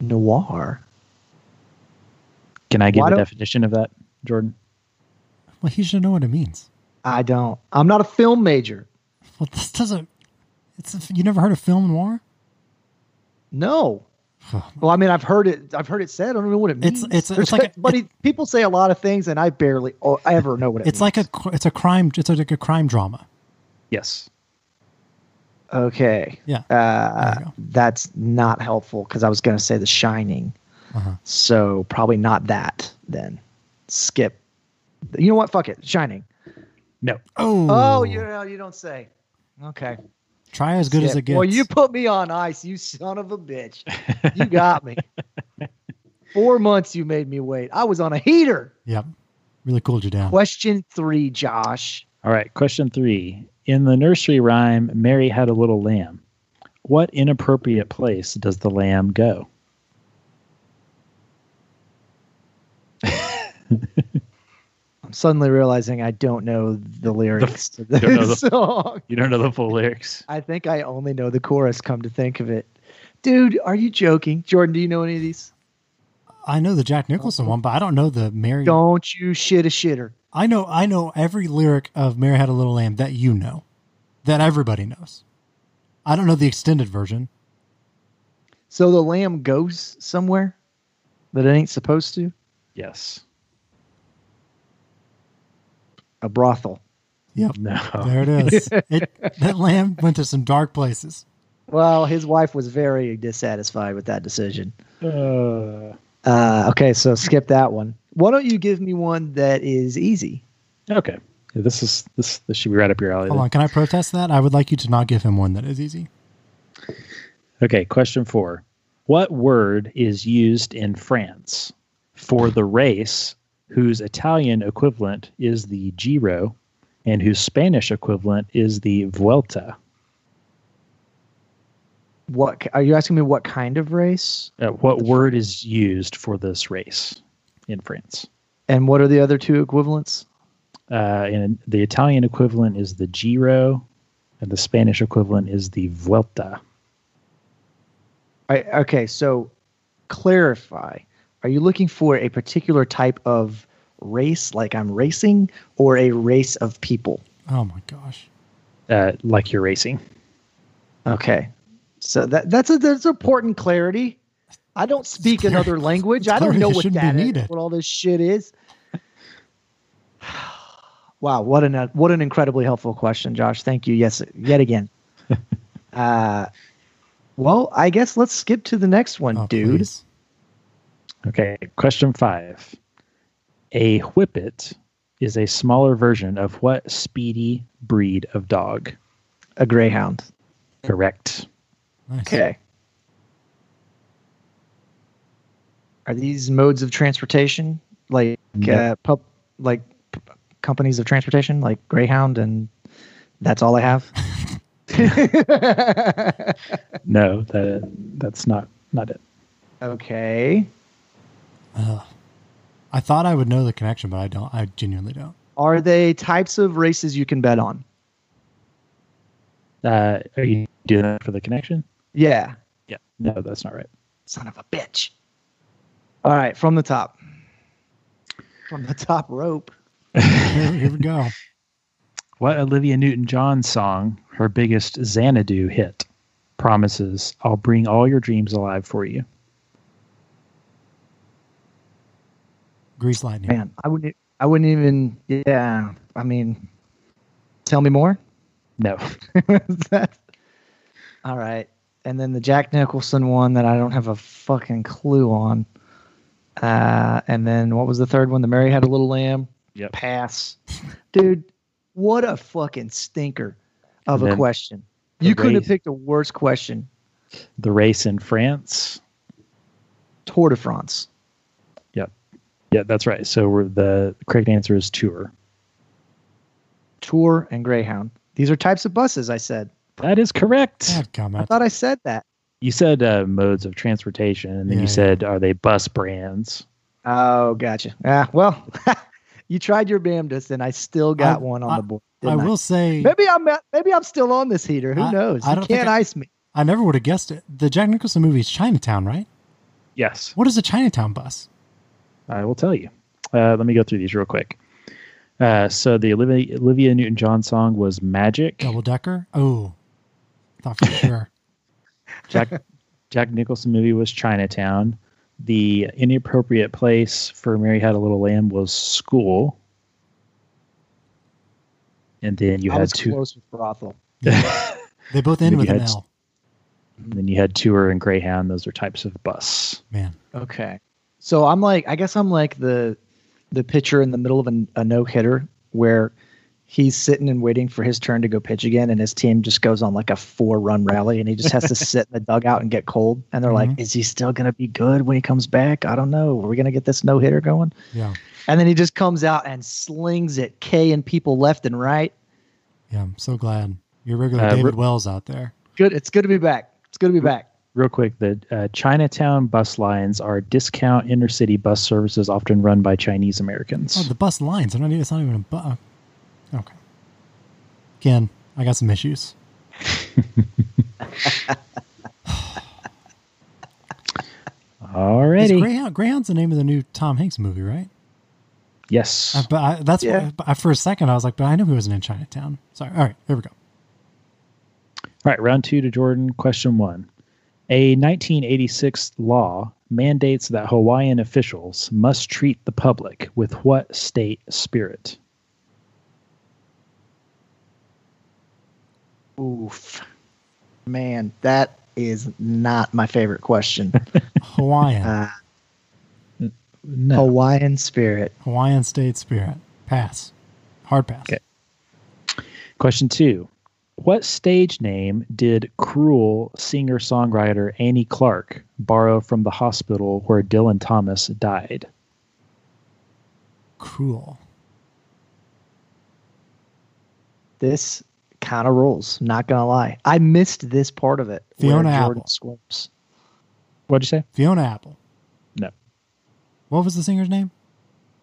Speaker 3: Noir.
Speaker 4: Can I give
Speaker 3: Why
Speaker 4: a
Speaker 3: don't-
Speaker 4: definition of that, Jordan?
Speaker 2: Well, he should know what it means.
Speaker 3: I don't. I'm not a film major.
Speaker 2: Well, this doesn't. It's a, you never heard of film noir?
Speaker 3: No. Well, I mean, I've heard it. I've heard it said. I don't know what it
Speaker 2: It's-
Speaker 3: means.
Speaker 2: it's- it's
Speaker 3: There's
Speaker 2: like a-
Speaker 3: buddy, people say a lot of things, and I barely oh, I ever know what it
Speaker 2: It's
Speaker 3: means.
Speaker 2: like a cr- it's a crime. It's like a crime drama.
Speaker 4: Yes.
Speaker 3: Okay.
Speaker 2: Yeah.
Speaker 3: Uh,
Speaker 2: There you go.
Speaker 3: that's not helpful because I was going to say The Shining.
Speaker 2: Uh-huh.
Speaker 3: So probably not that then. Skip. You know what? Fuck it. Shining.
Speaker 4: No.
Speaker 2: Oh,
Speaker 3: Oh, you know, you don't say. Okay.
Speaker 2: try as good as
Speaker 3: Skip.
Speaker 2: it gets.
Speaker 3: Well, you put me on ice, you son of a bitch. You got me. Four months you made me wait. I was on a heater.
Speaker 2: Yep, really cooled you down.
Speaker 3: Question three, Josh.
Speaker 4: All right. Question three. In the nursery rhyme, Mary had a little lamb. What inappropriate place does the lamb go?
Speaker 3: I'm suddenly realizing I don't know the lyrics to this
Speaker 4: don't know the-
Speaker 3: song.
Speaker 4: You don't know the full lyrics.
Speaker 3: I think I only know the chorus. Come to think of it, dude, are you joking? Jordan, do you know any of these?
Speaker 2: I know the Jack Nicholson one, but I don't know the Mary.
Speaker 3: Don't you shit a shitter?
Speaker 2: I know I know every lyric of Mary Had a Little Lamb that you know, that everybody knows. I don't know the extended version.
Speaker 3: So the lamb goes somewhere that it ain't supposed to.
Speaker 4: Yes.
Speaker 3: A brothel.
Speaker 2: Yep,
Speaker 4: No.
Speaker 2: there it is. it, that lamb went to some dark places.
Speaker 3: Well, his wife was very dissatisfied with that decision.
Speaker 4: Uh,
Speaker 3: Uh, okay, so skip that one. Why don't you give me one that is easy?
Speaker 4: okay. This is this this should be right up your alley.
Speaker 2: Hold
Speaker 4: then.
Speaker 2: on, can I protest that? I would like you to not give him one that is easy.
Speaker 4: Okay, question four. What word is used in France for the race whose Italian equivalent is the Giro and whose Spanish equivalent is the Vuelta?
Speaker 3: What ki- are you asking me? What kind of race?
Speaker 4: Uh, what word is used for this race in France?
Speaker 3: And what are the other two equivalents?
Speaker 4: Uh, and the Italian equivalent is the Giro, and the Spanish equivalent is the Vuelta.
Speaker 3: I, okay, so clarify. Are you looking for a particular type of race, like I'm racing, or a race of people?
Speaker 2: Oh my gosh.
Speaker 4: Uh, like you're racing.
Speaker 3: Okay, so that that's a that's important clarity. I don't speak
Speaker 2: Clar-
Speaker 3: another language. I don't
Speaker 2: clarity
Speaker 3: know what
Speaker 2: shouldn't be
Speaker 3: that is,
Speaker 2: needed.
Speaker 3: What all this shit is. wow, what an what an incredibly helpful question, Josh. Thank you. Yes, yet again. uh, well, I guess let's skip to the next one,
Speaker 2: Oh,
Speaker 3: dude.
Speaker 2: please.
Speaker 4: Okay, question five. A whippet is a smaller version of what speedy breed of dog?
Speaker 3: A greyhound.
Speaker 4: Correct.
Speaker 2: Nice.
Speaker 3: Okay. Are these modes of transportation like uh, pub, like p- companies of transportation, like Greyhound, and that's all I have?
Speaker 4: No, that that's not not it.
Speaker 3: okay.
Speaker 2: I thought I would know the connection, but I don't. I genuinely don't.
Speaker 3: Are they types of races you can bet on?
Speaker 4: Uh, are you doing that for the connection?
Speaker 3: Yeah.
Speaker 4: Yeah. No, that's not right.
Speaker 3: Son of a bitch. All right, from the top. From the top rope.
Speaker 2: Here, here we go.
Speaker 4: What Olivia Newton-John song, her biggest Xanadu hit, promises I'll bring all your dreams alive for you?
Speaker 2: Grease lightning.
Speaker 3: Man, I wouldn't. e, I wouldn't even. Yeah. I mean, tell me more.
Speaker 4: No.
Speaker 3: That- all right. And then the Jack Nicholson one that I don't have a fucking clue on. Uh, and then what was the third one? The Mary Had a Little Lamb.
Speaker 4: Yep.
Speaker 3: Pass. Dude, what a fucking stinker of
Speaker 4: And
Speaker 3: a
Speaker 4: then
Speaker 3: question.
Speaker 4: the
Speaker 3: You couldn't have
Speaker 4: race-
Speaker 3: picked a worse question.
Speaker 4: The race in France.
Speaker 3: Tour de France.
Speaker 4: Yeah, that's right. So we're, the correct answer is tour.
Speaker 3: Tour and Greyhound. These are types of buses, I said.
Speaker 4: That is correct.
Speaker 2: God, God,
Speaker 3: I
Speaker 2: Matt.
Speaker 3: thought I said that.
Speaker 4: You said uh, modes of transportation, and then
Speaker 2: Yeah,
Speaker 4: you
Speaker 2: yeah.
Speaker 4: said, are they bus brands?
Speaker 3: Oh, gotcha. Ah, well, you tried your damnedest, and I still got
Speaker 2: I-
Speaker 3: one on
Speaker 2: I-
Speaker 3: the board.
Speaker 2: I
Speaker 3: didn't
Speaker 2: will say,
Speaker 3: Maybe I'm maybe I'm still on this heater. Who
Speaker 2: I-
Speaker 3: knows?
Speaker 2: I
Speaker 3: You
Speaker 2: don't think
Speaker 3: can't
Speaker 2: I-
Speaker 3: ice me.
Speaker 2: I never would have guessed it. The Jack Nicholson movie is Chinatown, right?
Speaker 4: Yes.
Speaker 2: What is a Chinatown bus?
Speaker 4: I will tell you. Uh, let me go through these real quick. Uh, so the Olivia, Olivia Newton-John song was "Magic."
Speaker 2: Double decker? Oh, thought for sure.
Speaker 4: Jack Jack Nicholson movie was "Chinatown." The inappropriate place for Mary Had a Little Lamb was "School." And then you
Speaker 3: I
Speaker 4: had
Speaker 3: was
Speaker 4: two.
Speaker 3: close with brothel.
Speaker 2: They both end
Speaker 4: Maybe
Speaker 2: with an
Speaker 4: that's-
Speaker 2: L.
Speaker 4: Then you had tour and Greyhound. Those are types of bus.
Speaker 2: Man,
Speaker 3: Okay, so I'm like, I guess I'm like the the pitcher in the middle of an, a no hitter where he's sitting and waiting for his turn to go pitch again, and his team just goes on like a four run rally, and he just has to sit in the dugout and get cold. And they're like, "Is he still gonna be good when he comes back? I don't know. Are we gonna get this no hitter going?"
Speaker 2: yeah,
Speaker 3: And then he just comes out and slings it, K and people left and right.
Speaker 2: yeah. I'm so glad your regular
Speaker 4: Uh,
Speaker 2: David
Speaker 4: Ru-
Speaker 2: Wells out there.
Speaker 3: Good. It's good to be back. It's good to be back.
Speaker 4: Real quick, the uh, Chinatown bus lines are discount inner city bus services often run by Chinese Americans.
Speaker 2: Oh, the bus lines. I'm not even. It's not even a bus. Okay. Ken, I got some issues. Is
Speaker 4: Alrighty.
Speaker 2: Greyhound, Greyhound's the name of the new Tom Hanks movie, right?
Speaker 4: Yes.
Speaker 2: Uh, but I, that's
Speaker 3: Yeah.
Speaker 2: why but I, for a second I was like, but I knew he wasn't in Chinatown. Sorry. All right, here we go.
Speaker 4: All right, round two to Jordan. Question one. A 1986 law mandates that Hawaiian officials must treat the public with what state spirit?
Speaker 3: Oof. Man, that is not my favorite question.
Speaker 2: Hawaiian,
Speaker 3: Uh,
Speaker 4: No.
Speaker 3: Hawaiian spirit.
Speaker 2: Hawaiian state spirit. Pass. Hard pass.
Speaker 4: Okay. Question two. What stage name did cruel singer songwriter Annie Clark borrow from the hospital where Dylan Thomas died?
Speaker 2: Cruel.
Speaker 3: This kind of rules. Not gonna lie, I missed this part of it. where
Speaker 2: Fiona
Speaker 3: Jordan
Speaker 2: Apple.
Speaker 3: squirms.
Speaker 4: What'd you say?
Speaker 2: Fiona Apple.
Speaker 4: No.
Speaker 2: What was the singer's name?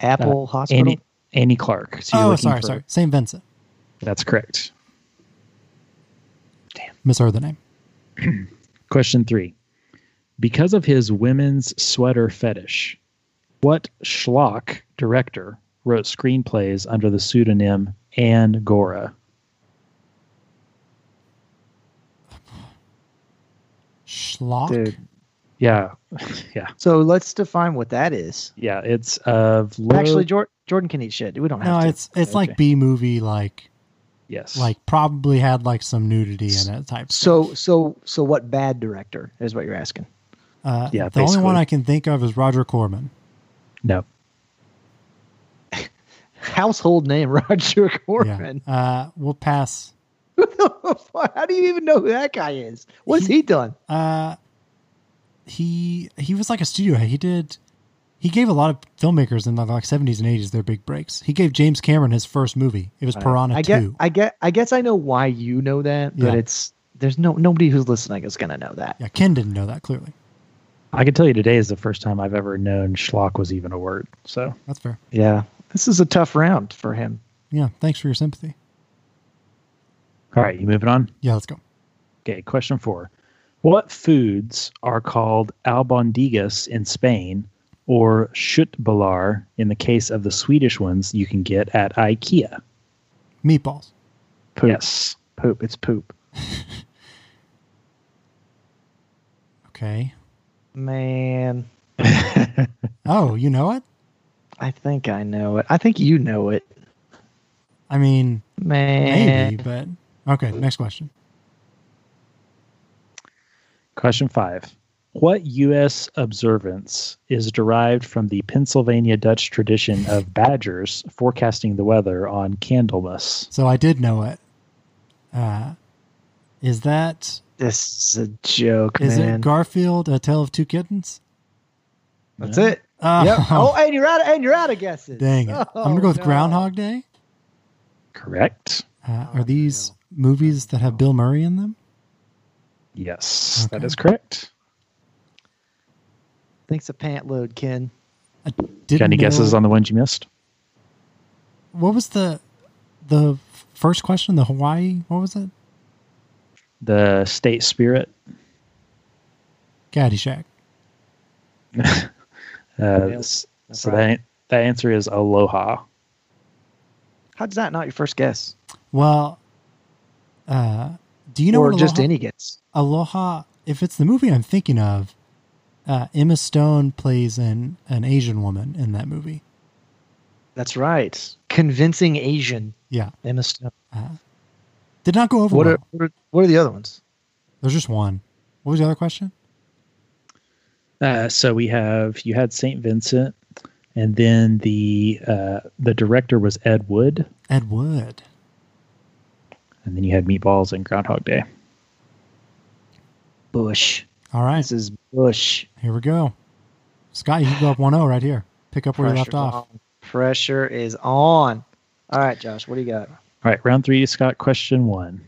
Speaker 3: Apple
Speaker 4: Uh,
Speaker 3: Hospital.
Speaker 4: Annie, Annie Clark. So you're
Speaker 2: Oh,
Speaker 4: looking
Speaker 2: sorry,
Speaker 4: for-
Speaker 2: sorry. St. Vincent.
Speaker 4: That's correct.
Speaker 2: Misheard the name.
Speaker 4: Question three. Because of his women's sweater fetish, what schlock director wrote screenplays under the pseudonym Anne Gora?
Speaker 2: Schlock.
Speaker 3: Dude.
Speaker 4: Yeah, yeah,
Speaker 3: So let's define what that is.
Speaker 4: yeah. It's of low,
Speaker 3: Actually, Jordan, Jordan can eat shit. We don't
Speaker 2: No,
Speaker 3: have to.
Speaker 2: it's it's
Speaker 4: Okay.
Speaker 2: like B movie, like
Speaker 4: yes,
Speaker 2: like probably had like some nudity in it type.
Speaker 3: so so so. What bad director is what you're asking?
Speaker 2: Uh,
Speaker 4: Yeah,
Speaker 2: the only one
Speaker 4: basically.
Speaker 2: I can think of is Roger Corman.
Speaker 4: no.
Speaker 3: Household name Roger Corman.
Speaker 2: Yeah. Uh, we'll pass.
Speaker 3: How do you even know who that guy is? What's he, done?
Speaker 2: Uh, he he was like a studio head. He did he gave a lot of filmmakers in the like seventies and eighties their big breaks. He gave James Cameron his first movie. It was Piranha
Speaker 3: I get,
Speaker 2: Two.
Speaker 3: I get, I guess I know why you know that, but
Speaker 2: Yeah.
Speaker 3: it's there's no nobody who's listening is gonna know that.
Speaker 2: yeah, Ken didn't know that clearly.
Speaker 4: I can tell you today is the first time I've ever known schlock was even a word. So
Speaker 2: That's fair.
Speaker 3: Yeah, this is a tough round for him.
Speaker 2: Yeah, thanks for your sympathy.
Speaker 4: all right, you moving on?
Speaker 2: Yeah, let's go.
Speaker 4: Okay, question four. What foods are called albondigas in Spain or schutbalar in the case of the Swedish ones you can get at IKEA?
Speaker 2: Meatballs.
Speaker 3: Poop,
Speaker 4: Yes.
Speaker 3: poop, it's poop.
Speaker 2: Okay.
Speaker 3: Man,
Speaker 2: Oh, you know it?
Speaker 3: I think I know it. I think you know it.
Speaker 2: I mean,
Speaker 3: Man,
Speaker 2: maybe, but okay. Next question.
Speaker 4: Question five. What U.S. observance is derived from the Pennsylvania Dutch tradition of badgers forecasting the weather on Candlemas?
Speaker 2: So I did know it. Uh, is that
Speaker 3: this is a joke,
Speaker 2: is
Speaker 3: man.
Speaker 2: it Garfield? A Tale of Two Kittens?
Speaker 3: That's it.
Speaker 2: Oh,
Speaker 3: Yep. Oh, and you're out. Of, and you're out of guesses.
Speaker 2: dang it!
Speaker 3: Oh,
Speaker 2: I'm gonna go with
Speaker 3: no.
Speaker 2: Groundhog Day.
Speaker 4: Correct?
Speaker 2: Uh,
Speaker 3: Oh,
Speaker 2: are these movies that have Bill Murray in them?
Speaker 4: Yes, that
Speaker 2: Okay.
Speaker 4: is correct.
Speaker 3: Thanks a pant load, Ken.
Speaker 2: I didn't
Speaker 4: Got any
Speaker 2: know-
Speaker 4: guesses on the ones you missed?
Speaker 2: what was the the first question? The Hawaii? What was it?
Speaker 4: The state spirit?
Speaker 2: Caddyshack.
Speaker 4: Uh, s- so that, an- that answer is aloha.
Speaker 3: How's that not your first guess?
Speaker 2: Well, uh, do you know
Speaker 3: or
Speaker 2: what
Speaker 3: just
Speaker 2: Aloha-
Speaker 3: any guess?
Speaker 2: Aloha, if it's the movie I'm thinking of, uh, Emma Stone plays an, an Asian woman in that movie.
Speaker 3: That's right. Convincing Asian.
Speaker 2: Yeah.
Speaker 3: Emma Stone.
Speaker 2: Did not go over
Speaker 3: What
Speaker 2: well.
Speaker 3: are, what are what are the other ones?
Speaker 2: There's just one. What was the other question?
Speaker 4: Uh, so we have you had Saint Vincent, and then the uh, the director was Ed Wood,
Speaker 2: Ed Wood.
Speaker 4: and then you had Meatballs and Groundhog Day.
Speaker 3: Bush.
Speaker 2: All right.
Speaker 3: This is Bush.
Speaker 2: Here we go. Scott, you can go up 1 0 right here. Pick up where you left off.
Speaker 3: Pressure's on. Pressure is on. All right, Josh, what do you got?
Speaker 4: All right, round three, Scott. Question one: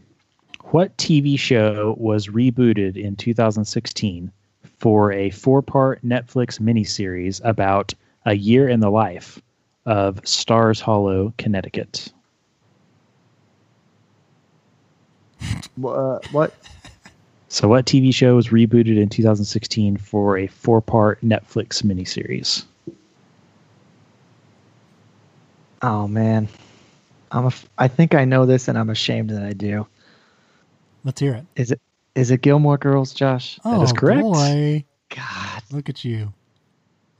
Speaker 4: What TV show was rebooted in 2016 for a four-part Netflix miniseries about a year in the life of Stars Hollow, Connecticut?
Speaker 3: Wh- Uh, what?
Speaker 4: So, what TV show was rebooted in 2016 for a four-part Netflix miniseries?
Speaker 3: Oh man, I'm. Af- I think I know this, and I'm ashamed that I do.
Speaker 2: Let's hear it.
Speaker 3: Is it? Is it Gilmore Girls, Josh?
Speaker 2: Oh,
Speaker 4: is correct.
Speaker 2: boy.
Speaker 3: God,
Speaker 2: Look at you.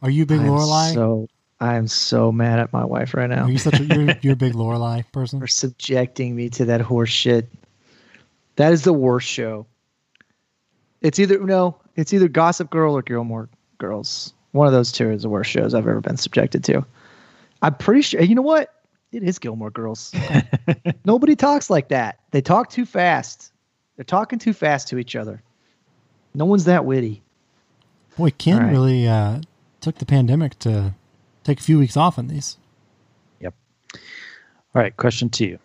Speaker 2: Are you a big
Speaker 3: I'm
Speaker 2: Lorelei?
Speaker 3: So I am so mad at my wife right
Speaker 2: Are
Speaker 3: now
Speaker 2: you such a, you're, you're a big Lorelei person?
Speaker 3: for subjecting me to that horse shit. That is the worst show. It's either no, it's either Gossip Girl or Gilmore Girls. One of those two is the worst shows I've ever been subjected to. I'm pretty sure. You know what? It is Gilmore Girls. Nobody talks like that. They talk too fast. They're talking too fast to each other. No one's that witty.
Speaker 2: Boy, Ken
Speaker 3: All right.
Speaker 2: really uh, took the pandemic to take a few weeks off on these.
Speaker 4: All right, question two.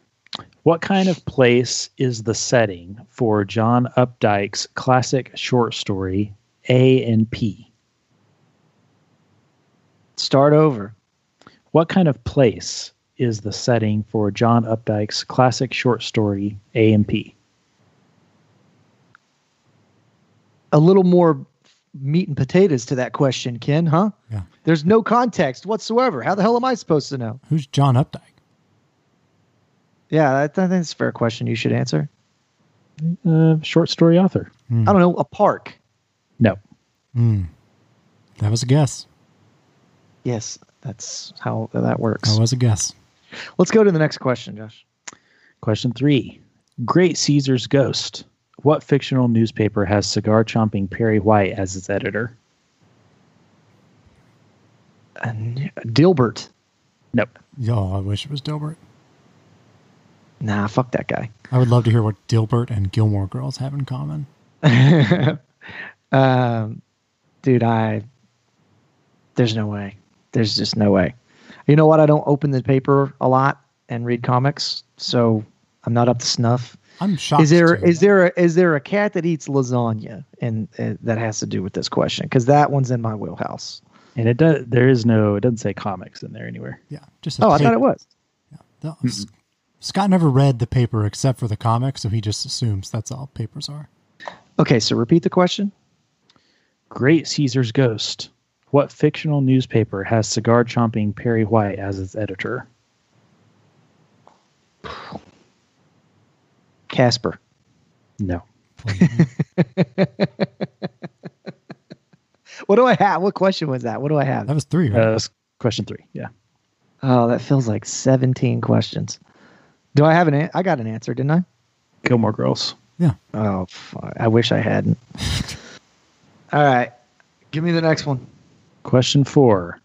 Speaker 4: What kind of place is the setting for John Updike's classic short story A and P?
Speaker 3: Start over.
Speaker 4: What kind of place is the setting for John Updike's classic short story A and P?
Speaker 3: A little more meat and potatoes to that question, Ken, huh?
Speaker 2: Yeah.
Speaker 3: There's no context whatsoever. How the hell am I supposed to know?
Speaker 2: Who's John Updike?
Speaker 3: Yeah, I, I think it's a fair question you should answer.
Speaker 4: Uh, short story author.
Speaker 3: I don't know, a park.
Speaker 4: No.
Speaker 2: Hmm. That was a guess.
Speaker 3: Yes, that's how that works.
Speaker 2: That was a guess.
Speaker 3: Let's go to the next question, Josh.
Speaker 4: Question three Great Caesar's Ghost. What fictional newspaper has cigar chomping Perry White as its editor?
Speaker 3: Uh, Dilbert.
Speaker 4: Nope.
Speaker 2: Yo, I wish it was Dilbert.
Speaker 3: Nah, fuck that guy.
Speaker 2: I would love to hear what Dilbert and Gilmore Girls have in common.
Speaker 3: um, dude, I there's no way. There's just no way. You know what? I don't open the paper a lot and read comics, so I'm not up to snuff.
Speaker 2: I'm shocked.
Speaker 3: Is there
Speaker 2: too.
Speaker 3: is there a, is there a cat that eats lasagna and uh, that has to do with this question? Because that one's in my wheelhouse.
Speaker 4: And it does. There is no. It doesn't say comics in there anywhere.
Speaker 2: Yeah, just a
Speaker 3: Oh, I thought
Speaker 2: paper.
Speaker 3: it was.
Speaker 2: No, S- Scott never read the paper except for the comic, so he just assumes that's all papers are.
Speaker 3: Okay, so repeat the question.
Speaker 4: Great Caesar's Ghost. What fictional newspaper has cigar chomping Perry White as its editor?
Speaker 3: Casper.
Speaker 4: No.
Speaker 3: What do I have? What question was that? What do I
Speaker 2: That
Speaker 3: have?
Speaker 2: was three, right?
Speaker 4: Uh, s- question three. Yeah.
Speaker 3: Oh, that feels like 17 questions. Do I have an? An- I got an answer, didn't I?
Speaker 4: Gilmore Girls.
Speaker 3: Oh, fuck. I wish I hadn't. All right. Give me the next one.
Speaker 4: Question four.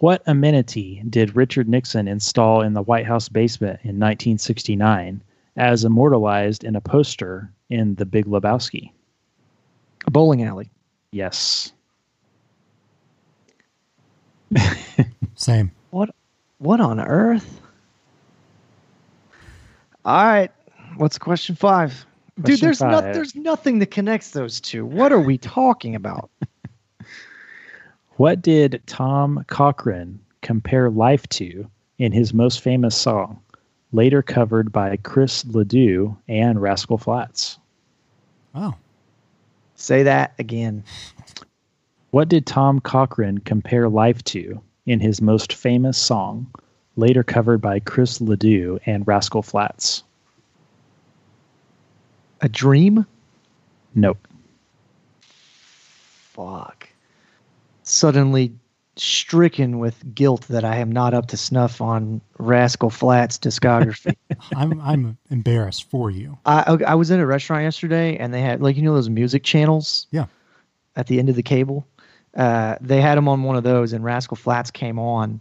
Speaker 4: What amenity did Richard Nixon install in the White House basement in 1969 as immortalized in a poster in The Big Lebowski?
Speaker 3: A bowling alley.
Speaker 4: Yes.
Speaker 2: Same.
Speaker 3: What what on earth? All right. What's question 5? Dude,
Speaker 4: Question
Speaker 3: there's not
Speaker 4: five.
Speaker 3: there's nothing that connects those two. What are we talking about?
Speaker 4: What did Tom Cochran compare life to in his most famous song, later covered by Chris Ledoux and Rascal Flats?
Speaker 2: Wow.
Speaker 3: Say that again.
Speaker 4: What did Tom Cochran compare life to in his most famous song, later covered by Chris Ledoux and Rascal Flats?
Speaker 3: A dream?
Speaker 4: Nope.
Speaker 3: Fuck. Suddenly stricken with guilt that I am not up to snuff on Rascal Flats discography.
Speaker 2: I'm I'm embarrassed for you.
Speaker 3: I okay, I was in a restaurant yesterday and they had like you know those music channels.
Speaker 2: Yeah.
Speaker 3: At the end of the cable, uh, they had them on one of those, and Rascal Flats came on,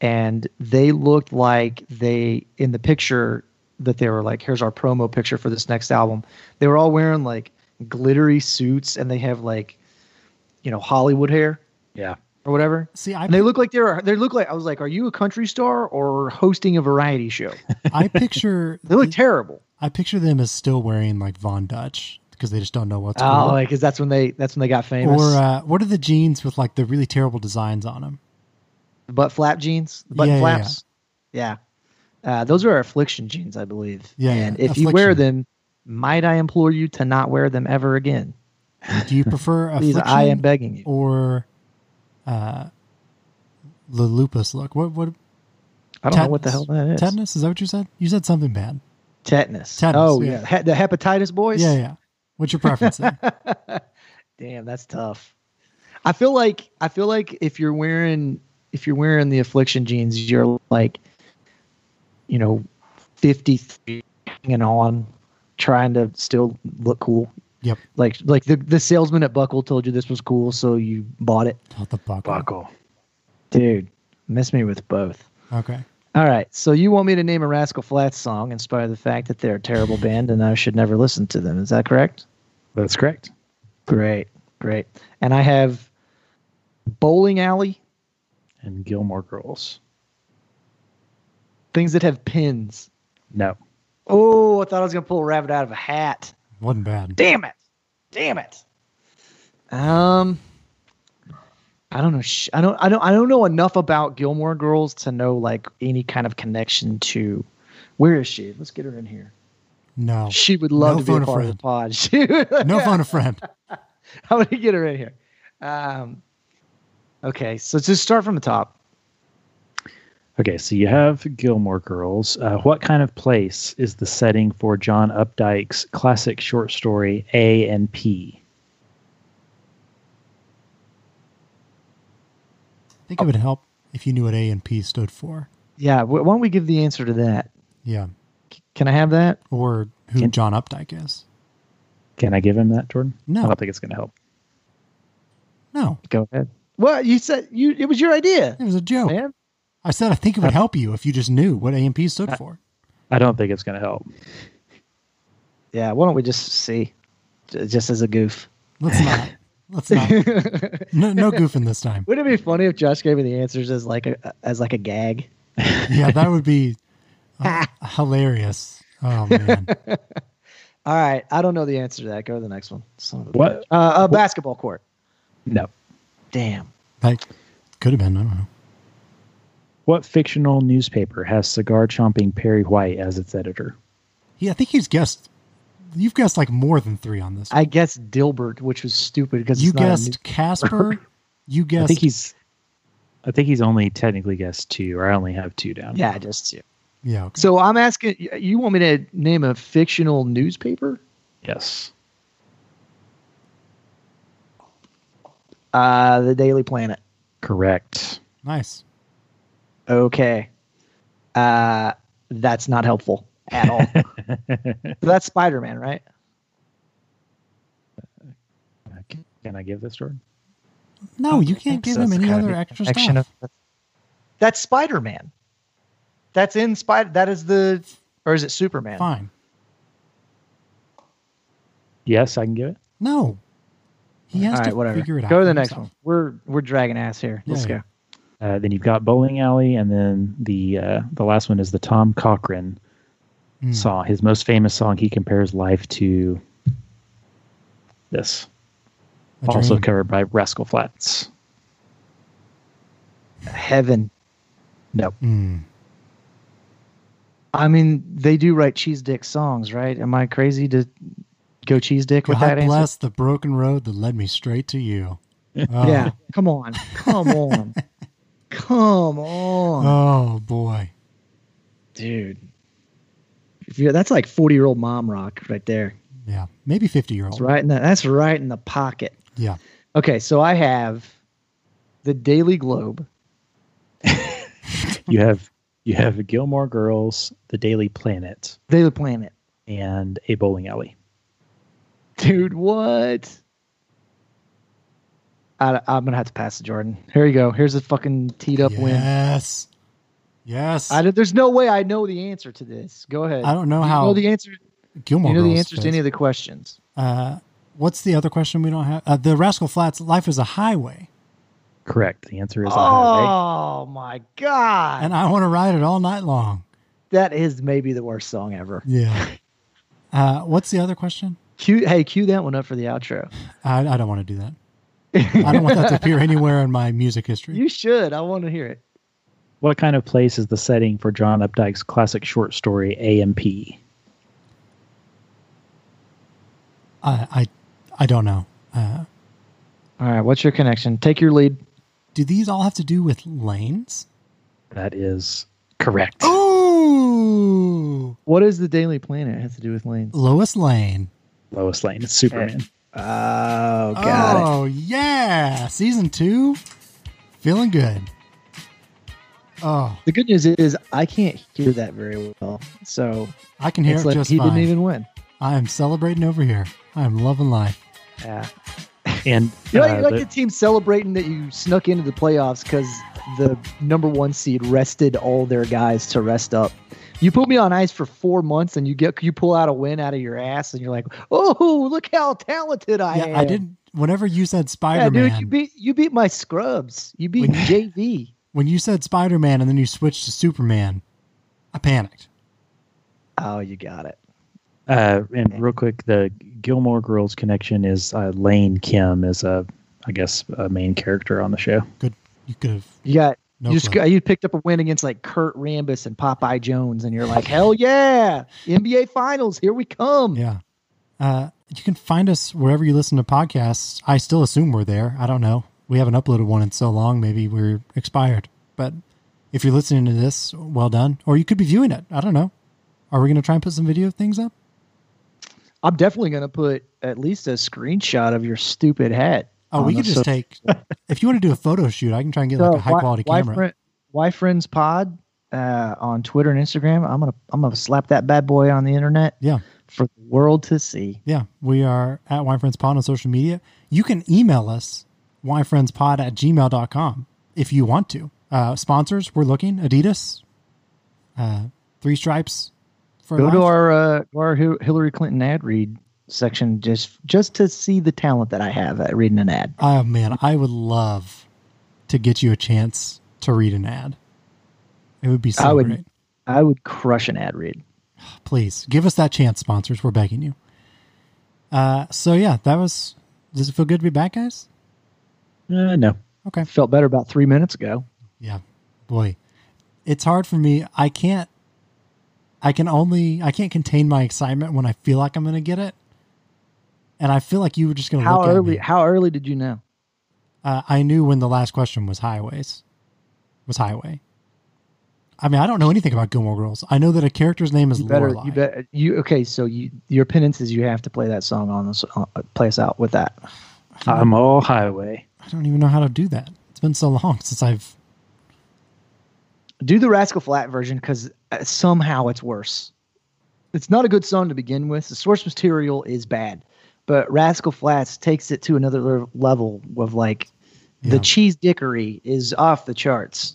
Speaker 3: and they looked like they in the picture that they were like, here's our promo picture for this next album. They were all wearing like glittery suits, and they have like, you know, Hollywood hair
Speaker 4: Yeah.
Speaker 3: or whatever.
Speaker 2: See, I
Speaker 3: And they look like they're they look like I was like, are you a country star or hosting a variety show?
Speaker 2: I picture
Speaker 3: They look terrible.
Speaker 2: I picture them as still wearing like Von Dutch because they just don't know what's
Speaker 3: Oh,
Speaker 2: cool.
Speaker 3: like because that's when they that's when they got famous.
Speaker 2: Uh-huh. or uh, what are the jeans with like the really terrible designs on them?
Speaker 3: The butt flap jeans, the button
Speaker 2: Yeah, yeah, yeah.
Speaker 3: flaps. Yeah. Uh, those are affliction jeans, I believe.
Speaker 2: Yeah, yeah,
Speaker 3: And if you wear
Speaker 2: affliction.
Speaker 3: them, might I implore you to not wear them ever again?
Speaker 2: Do you prefer
Speaker 3: Please,
Speaker 2: affliction
Speaker 3: I am begging you.
Speaker 2: or uh, the lupus look? What what?
Speaker 3: I don't know what the hell that is.
Speaker 2: Tetanus? Is that what you said? You said something bad.
Speaker 3: Tetanus.
Speaker 2: Tetanus,
Speaker 3: oh,
Speaker 2: yeah.
Speaker 3: yeah. He- the hepatitis boys?
Speaker 2: Yeah, yeah. What's your preference? then?
Speaker 3: Damn, that's tough. I feel like I feel like if you're wearing if you're wearing the affliction jeans, you're like, you know, fifty three hanging on, trying to still look cool.
Speaker 2: Yep.
Speaker 3: Like like the, the salesman at Buckle told you this was cool, so you bought it.
Speaker 2: Not the buckle.
Speaker 4: Buckle.
Speaker 3: Dude, miss me with both.
Speaker 2: Okay.
Speaker 3: All right. So you want me to name a Rascal Flats song in spite of the fact that they're a terrible band and I should never listen to them. Is that correct?
Speaker 4: That's correct.
Speaker 3: Great. Great. And I have Bowling Alley,
Speaker 4: And Gilmore Girls.
Speaker 3: things that have pins.
Speaker 4: No.
Speaker 3: Oh, I thought I was gonna pull a rabbit out of a hat.
Speaker 2: Wasn't bad.
Speaker 3: Damn it! Damn it! Um, I don't know. sh- I don't. I don't. I don't know enough about Gilmore Girls to know like any kind of connection to. Where is she? Let's get her in here.
Speaker 2: No.
Speaker 3: She would love
Speaker 2: No
Speaker 3: to be
Speaker 2: phone
Speaker 3: a
Speaker 2: a
Speaker 3: part of the pod. She would,
Speaker 2: No phone a friend.
Speaker 3: How would I get her in here? Um, okay, so just start from the top.
Speaker 4: Okay, so you have Gilmore Girls. Uh, what kind of place is the setting for John Updike's classic short story A and P?
Speaker 2: I think it would help if you knew what A and P stood for.
Speaker 3: Yeah, wh- why don't we give the answer to that?
Speaker 2: Yeah.
Speaker 3: C- Can I have that?
Speaker 2: Or who
Speaker 4: Can-
Speaker 2: John Updike is.
Speaker 4: Can I give him that, Jordan?
Speaker 2: No.
Speaker 4: I don't think it's going to help.
Speaker 2: No.
Speaker 3: Go ahead. What you said? You it was your idea,
Speaker 2: It was a joke.
Speaker 3: man.
Speaker 2: I said I think it
Speaker 3: Uh,
Speaker 2: would help you if you just knew what A and P stood for.
Speaker 4: I don't think it's going to help.
Speaker 3: Yeah, why don't we just see, J- just as a goof?
Speaker 2: Let's not. Let's not. No, no goofing this time.
Speaker 3: Wouldn't it be funny if Josh gave me the answers as like a as like a gag?
Speaker 2: Yeah, that would be uh, hilarious. Oh man,
Speaker 3: All right, I don't know the answer to that. Go to the next one. Son of a
Speaker 4: What?
Speaker 3: bitch. Uh, a basketball court.
Speaker 4: No.
Speaker 3: Damn.
Speaker 2: like could have been. I don't know.
Speaker 4: What fictional newspaper has cigar chomping Perry White as its editor?
Speaker 2: Yeah, I think he's guessed. You've guessed like more than three on this.
Speaker 3: I guess Dilbert, which was stupid because
Speaker 2: you
Speaker 3: it's not a
Speaker 2: guessed Casper. You guessed.
Speaker 4: I think he's. I think he's only technically guessed two, or I only have two down.
Speaker 3: new- yeah, just you.
Speaker 2: yeah. Okay.
Speaker 3: So I'm asking, y- you want me to name a fictional newspaper?
Speaker 4: Yes.
Speaker 3: Uh, the Daily Planet.
Speaker 4: Correct.
Speaker 2: nice.
Speaker 3: Okay. Uh, that's not helpful at all. that's Spider Man, right?
Speaker 4: Can I give this, Jordan?
Speaker 2: No, you can't give him any
Speaker 3: e-
Speaker 2: other extra stuff.
Speaker 3: That's Spider Man. That's in Spider. That is the, or is it Superman?
Speaker 2: Fine.
Speaker 4: Yes, I can give it.
Speaker 2: No, he has
Speaker 3: All
Speaker 2: to
Speaker 3: right, whatever.
Speaker 2: figure it out.
Speaker 3: Go to
Speaker 2: for
Speaker 3: the next
Speaker 2: himself.
Speaker 3: one. We're we're dragging ass here.
Speaker 2: Yeah,
Speaker 3: Let's
Speaker 2: yeah.
Speaker 3: go.
Speaker 4: Uh, then you've got bowling alley, and then the uh, the last one is the Tom Cochran
Speaker 2: Mm.
Speaker 4: song. His most famous song. He compares life to this,
Speaker 2: A
Speaker 4: also
Speaker 2: dream.
Speaker 4: covered by Rascal Flats.
Speaker 3: Heaven.
Speaker 4: No,
Speaker 2: Mm.
Speaker 3: I mean, they do write cheese dick songs, right? Am I crazy to go cheese dick with that
Speaker 2: God
Speaker 3: answer?
Speaker 2: bless the broken road that led me straight to you. Oh,
Speaker 3: Yeah. Come on. Come on. Come on,
Speaker 2: Oh boy.
Speaker 3: dude. If you're, that's like forty year old mom rock right there.
Speaker 2: Yeah. Maybe fifty year old.
Speaker 3: That's right in the, that's right in the pocket.
Speaker 2: Yeah.
Speaker 3: Okay, so I have the Daily Globe.
Speaker 4: you have you have Gilmore Girls, The Daily Planet,
Speaker 3: Daily Planet.
Speaker 4: and a bowling alley.
Speaker 3: Dude, what? I, I'm gonna have to pass to Jordan. Here you go. Here's a fucking teed up win.
Speaker 2: Yes. Yes.
Speaker 3: I, don't- there's no way I know the answer to this. Go ahead.
Speaker 2: I don't know
Speaker 3: You
Speaker 2: how
Speaker 3: know the answer.
Speaker 2: Gilmore
Speaker 3: You know the
Speaker 2: Girls
Speaker 3: answers
Speaker 2: fits.
Speaker 3: to any of the questions.
Speaker 2: Uh, what's the other question we don't have? Uh, the Rascal Flats. Life is a highway,
Speaker 4: Correct. The answer is a highway.
Speaker 3: Oh my god,
Speaker 2: and I want to ride it all night long.
Speaker 3: that is maybe the worst song ever.
Speaker 2: Yeah. Uh, what's the other question?
Speaker 3: Cue, hey, cue that one up for the outro.
Speaker 2: I, I don't want to do that. I don't want that to appear anywhere in my music history.
Speaker 3: You should. I want to hear it.
Speaker 4: What kind of place is the setting for John Updike's classic short story A.M.P.?
Speaker 2: I I, I don't know. Uh,
Speaker 3: All right, what's your connection? Take your lead.
Speaker 2: do these all have to do with lanes?
Speaker 4: That is correct.
Speaker 3: Oh.
Speaker 2: Ooh,
Speaker 3: What does the Daily Planet have to do with lanes?
Speaker 2: Lois Lane.
Speaker 4: Lois Lane. It's Superman.
Speaker 3: Oh,
Speaker 2: oh yeah, season two, feeling good. Oh,
Speaker 3: The good news is I can't hear that very well, so
Speaker 2: I can hear
Speaker 3: it's
Speaker 2: it
Speaker 3: like
Speaker 2: just
Speaker 3: he
Speaker 2: fine.
Speaker 3: didn't even win.
Speaker 2: I am celebrating over here. I am loving life.
Speaker 3: Yeah,
Speaker 4: And
Speaker 3: you know,
Speaker 4: uh,
Speaker 3: you like
Speaker 4: the-
Speaker 3: the team celebrating that you snuck into the playoffs because the number one seed rested all their guys to rest up. You put me on ice for four months, and you get you pull out a win out of your ass, and you're like, "Oh, look how talented I am!"
Speaker 2: yeah, I didn't. Whenever you said
Speaker 3: Yeah,
Speaker 2: Spider Man,
Speaker 3: dude, you beat you beat my scrubs. You beat
Speaker 2: When-
Speaker 3: JV.
Speaker 2: when you said Spider Man and then you switched to Superman, I panicked.
Speaker 3: Oh, you got it.
Speaker 4: Uh, and real quick, the Gilmore Girls connection is uh, Lane Kim is a, I guess, a main character on the show.
Speaker 2: You could have
Speaker 3: You got
Speaker 2: no.
Speaker 3: you just
Speaker 2: clue.
Speaker 3: got, you picked up a win against like Kurt Rambis and Popeye Jones, and you're like, hell yeah, NBA Finals, here we come.
Speaker 2: Yeah. Uh, you can find us wherever you listen to podcasts. I still assume we're there. I don't know. We haven't uploaded one in so long. Maybe we're expired. But if you're listening to this, well done. Or you could be viewing it. I don't know. Are we going to try and put some video things up?
Speaker 3: I'm definitely gonna put at least a screenshot of your stupid hat.
Speaker 2: Oh, we
Speaker 3: on
Speaker 2: could
Speaker 3: the
Speaker 2: just
Speaker 3: so-
Speaker 2: take. If you want to do a photo shoot, I can try and get like a
Speaker 3: So,
Speaker 2: high
Speaker 3: why-
Speaker 2: quality
Speaker 3: why
Speaker 2: camera.
Speaker 3: Friend- why friends pod uh, on Twitter and Instagram. I'm gonna I'm gonna slap that bad boy on the internet.
Speaker 2: Yeah.
Speaker 3: for the world to see.
Speaker 2: Yeah, we are at Wine Friends Pod on social media. You can email us, winefriendspod at gmail.com, if you want to. Uh, sponsors, we're looking Adidas, uh, Three Stripes for
Speaker 3: Go to
Speaker 2: life.
Speaker 3: our uh, our Hil- Hillary Clinton ad read section just just to see the talent that I have at reading an ad.
Speaker 2: Oh, man, I would love to get you a chance to read an ad. It would be so
Speaker 3: I would-
Speaker 2: great.
Speaker 3: I would crush an ad read.
Speaker 2: Please give us that chance, sponsors. We're begging you. Uh, so, yeah, that was. Does it feel good to be back, guys?
Speaker 4: Uh, no,
Speaker 3: Felt better about three minutes ago.
Speaker 2: Yeah, boy, it's hard for me. I can't. I can only. I can't contain my excitement when I feel like I'm going to get it, and I feel like you were just going to
Speaker 3: How
Speaker 2: Oh, look
Speaker 3: early?
Speaker 2: at me.
Speaker 3: How early did you know?
Speaker 2: Uh, I knew when the last question was highways. Was highway. I mean, I don't know anything about Gilmore Girls. I know that a character's name is
Speaker 3: You better.
Speaker 2: Lorelai.
Speaker 3: You bet. You okay? So you your penance is you have to play that song on this. Uh, play us out with that.
Speaker 2: Hmm.
Speaker 4: I'm all highway.
Speaker 2: I don't even know how to do that. It's been so long since I've.
Speaker 3: do the Rascal Flat version because somehow it's worse. It's not a good song to begin with. The source material is bad, but Rascal Flats takes it to another le- level of like
Speaker 2: Yeah.
Speaker 3: the cheese dickery is off the charts.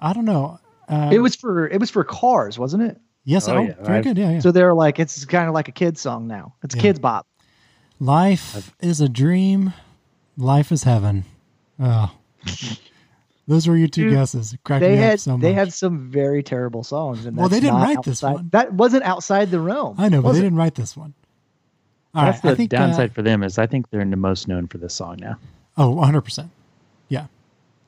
Speaker 2: I don't know. Uh,
Speaker 3: it was for it was for cars, wasn't it?
Speaker 2: yes.
Speaker 4: Oh,
Speaker 2: Oh,
Speaker 4: yeah,
Speaker 2: very
Speaker 4: I've-
Speaker 2: good. Yeah, yeah.
Speaker 3: So they're like it's kind of like a kid's song now. It's
Speaker 2: Yeah.
Speaker 3: kids bop.
Speaker 2: Life is a dream. Life is heaven. Oh. Those were your two
Speaker 3: Dude,
Speaker 2: guesses. It Cracked
Speaker 3: They
Speaker 2: me
Speaker 3: had
Speaker 2: up so
Speaker 3: they
Speaker 2: much.
Speaker 3: had some very terrible songs. And
Speaker 2: Well, they
Speaker 3: that's
Speaker 2: didn't
Speaker 3: not
Speaker 2: write this
Speaker 3: outside-
Speaker 2: one.
Speaker 3: That wasn't outside the realm.
Speaker 2: I know, but
Speaker 3: was
Speaker 2: they
Speaker 3: it?
Speaker 2: didn't write this one. All right,
Speaker 4: That's the
Speaker 2: I think uh,
Speaker 4: downside for them is I think they're the most known for this song now.
Speaker 2: oh, 100 percent. Yeah,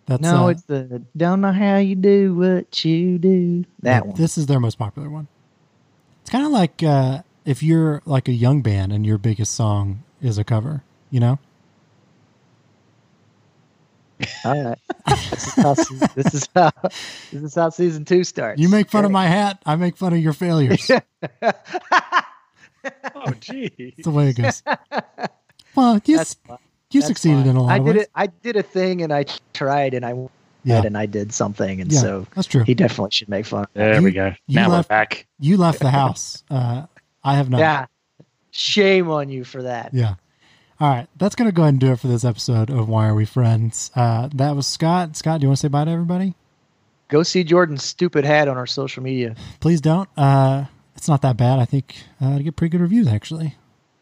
Speaker 2: that's
Speaker 3: No,
Speaker 2: uh,
Speaker 3: it's the don't know how you do what you do. That
Speaker 2: yeah,
Speaker 3: one.
Speaker 2: This is their most popular one. It's kind of like uh, if you're like a young band and your biggest song is a cover. You know,
Speaker 3: All right. this, is how, se- this is how this is how season two starts.
Speaker 2: you make fun of my hat, I make fun of your failures.
Speaker 4: Oh, gee.
Speaker 2: That's the way it goes. Well, you
Speaker 3: That's
Speaker 2: s- you
Speaker 3: That's
Speaker 2: succeeded
Speaker 3: fine.
Speaker 2: in a lot
Speaker 3: I
Speaker 2: of
Speaker 3: did
Speaker 2: ways.
Speaker 3: it. I did a thing, and I tried, and I went
Speaker 2: Yeah.
Speaker 3: and I did something, and
Speaker 2: Yeah,
Speaker 3: so
Speaker 2: that's true.
Speaker 3: he definitely should make fun.
Speaker 4: There
Speaker 2: You-
Speaker 4: we go.
Speaker 2: you
Speaker 4: Now
Speaker 2: left-
Speaker 4: we're back.
Speaker 2: You left the house. Uh, I have not.
Speaker 3: Yeah, shame on you for that.
Speaker 2: Yeah. All right. That's going to go ahead and do it for this episode of Why Are We Friends? Uh, that was Scott. Scott, do you want to say bye to everybody?
Speaker 3: Go see Jordan's stupid hat on our social media.
Speaker 2: Please don't. Uh, it's not that bad. I think uh, I get pretty good reviews, actually.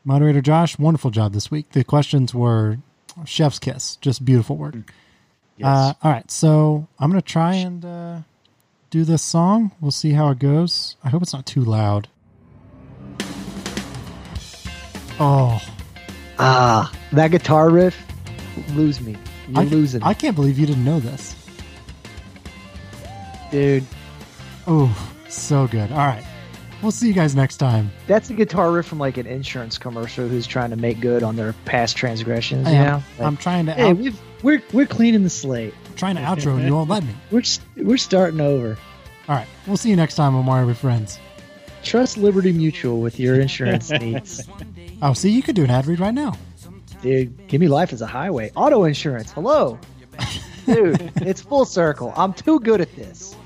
Speaker 2: Moderator Josh, wonderful job this week. The questions were chef's kiss, just beautiful work. Uh, all right. So I'm going to try and uh, do this song. We'll see how it goes. I hope it's not too loud. Oh,
Speaker 3: Ah, that guitar riff, lose me. You're
Speaker 2: I,
Speaker 3: losing,
Speaker 2: I can't believe you didn't know this.
Speaker 3: me, dude.
Speaker 2: Oh, so good. All right. We'll see you guys next time.
Speaker 3: That's a guitar riff from like an insurance commercial who's trying to make good on their past transgressions.
Speaker 2: Hey,
Speaker 3: you
Speaker 2: I'm-
Speaker 3: know, Like,
Speaker 2: I'm trying to
Speaker 3: hey,
Speaker 2: out,
Speaker 3: we've, we're we're cleaning the slate.
Speaker 2: trying to outro and you won't let me.
Speaker 3: We're s- we're starting over.
Speaker 2: All right. We'll see you next time on Mario with Friends.
Speaker 3: Trust Liberty Mutual with your insurance needs,
Speaker 2: Oh, see, you could do an ad read right now.
Speaker 3: dude. Give me life as a highway auto insurance. Hello, dude. It's full circle. I'm too good at this.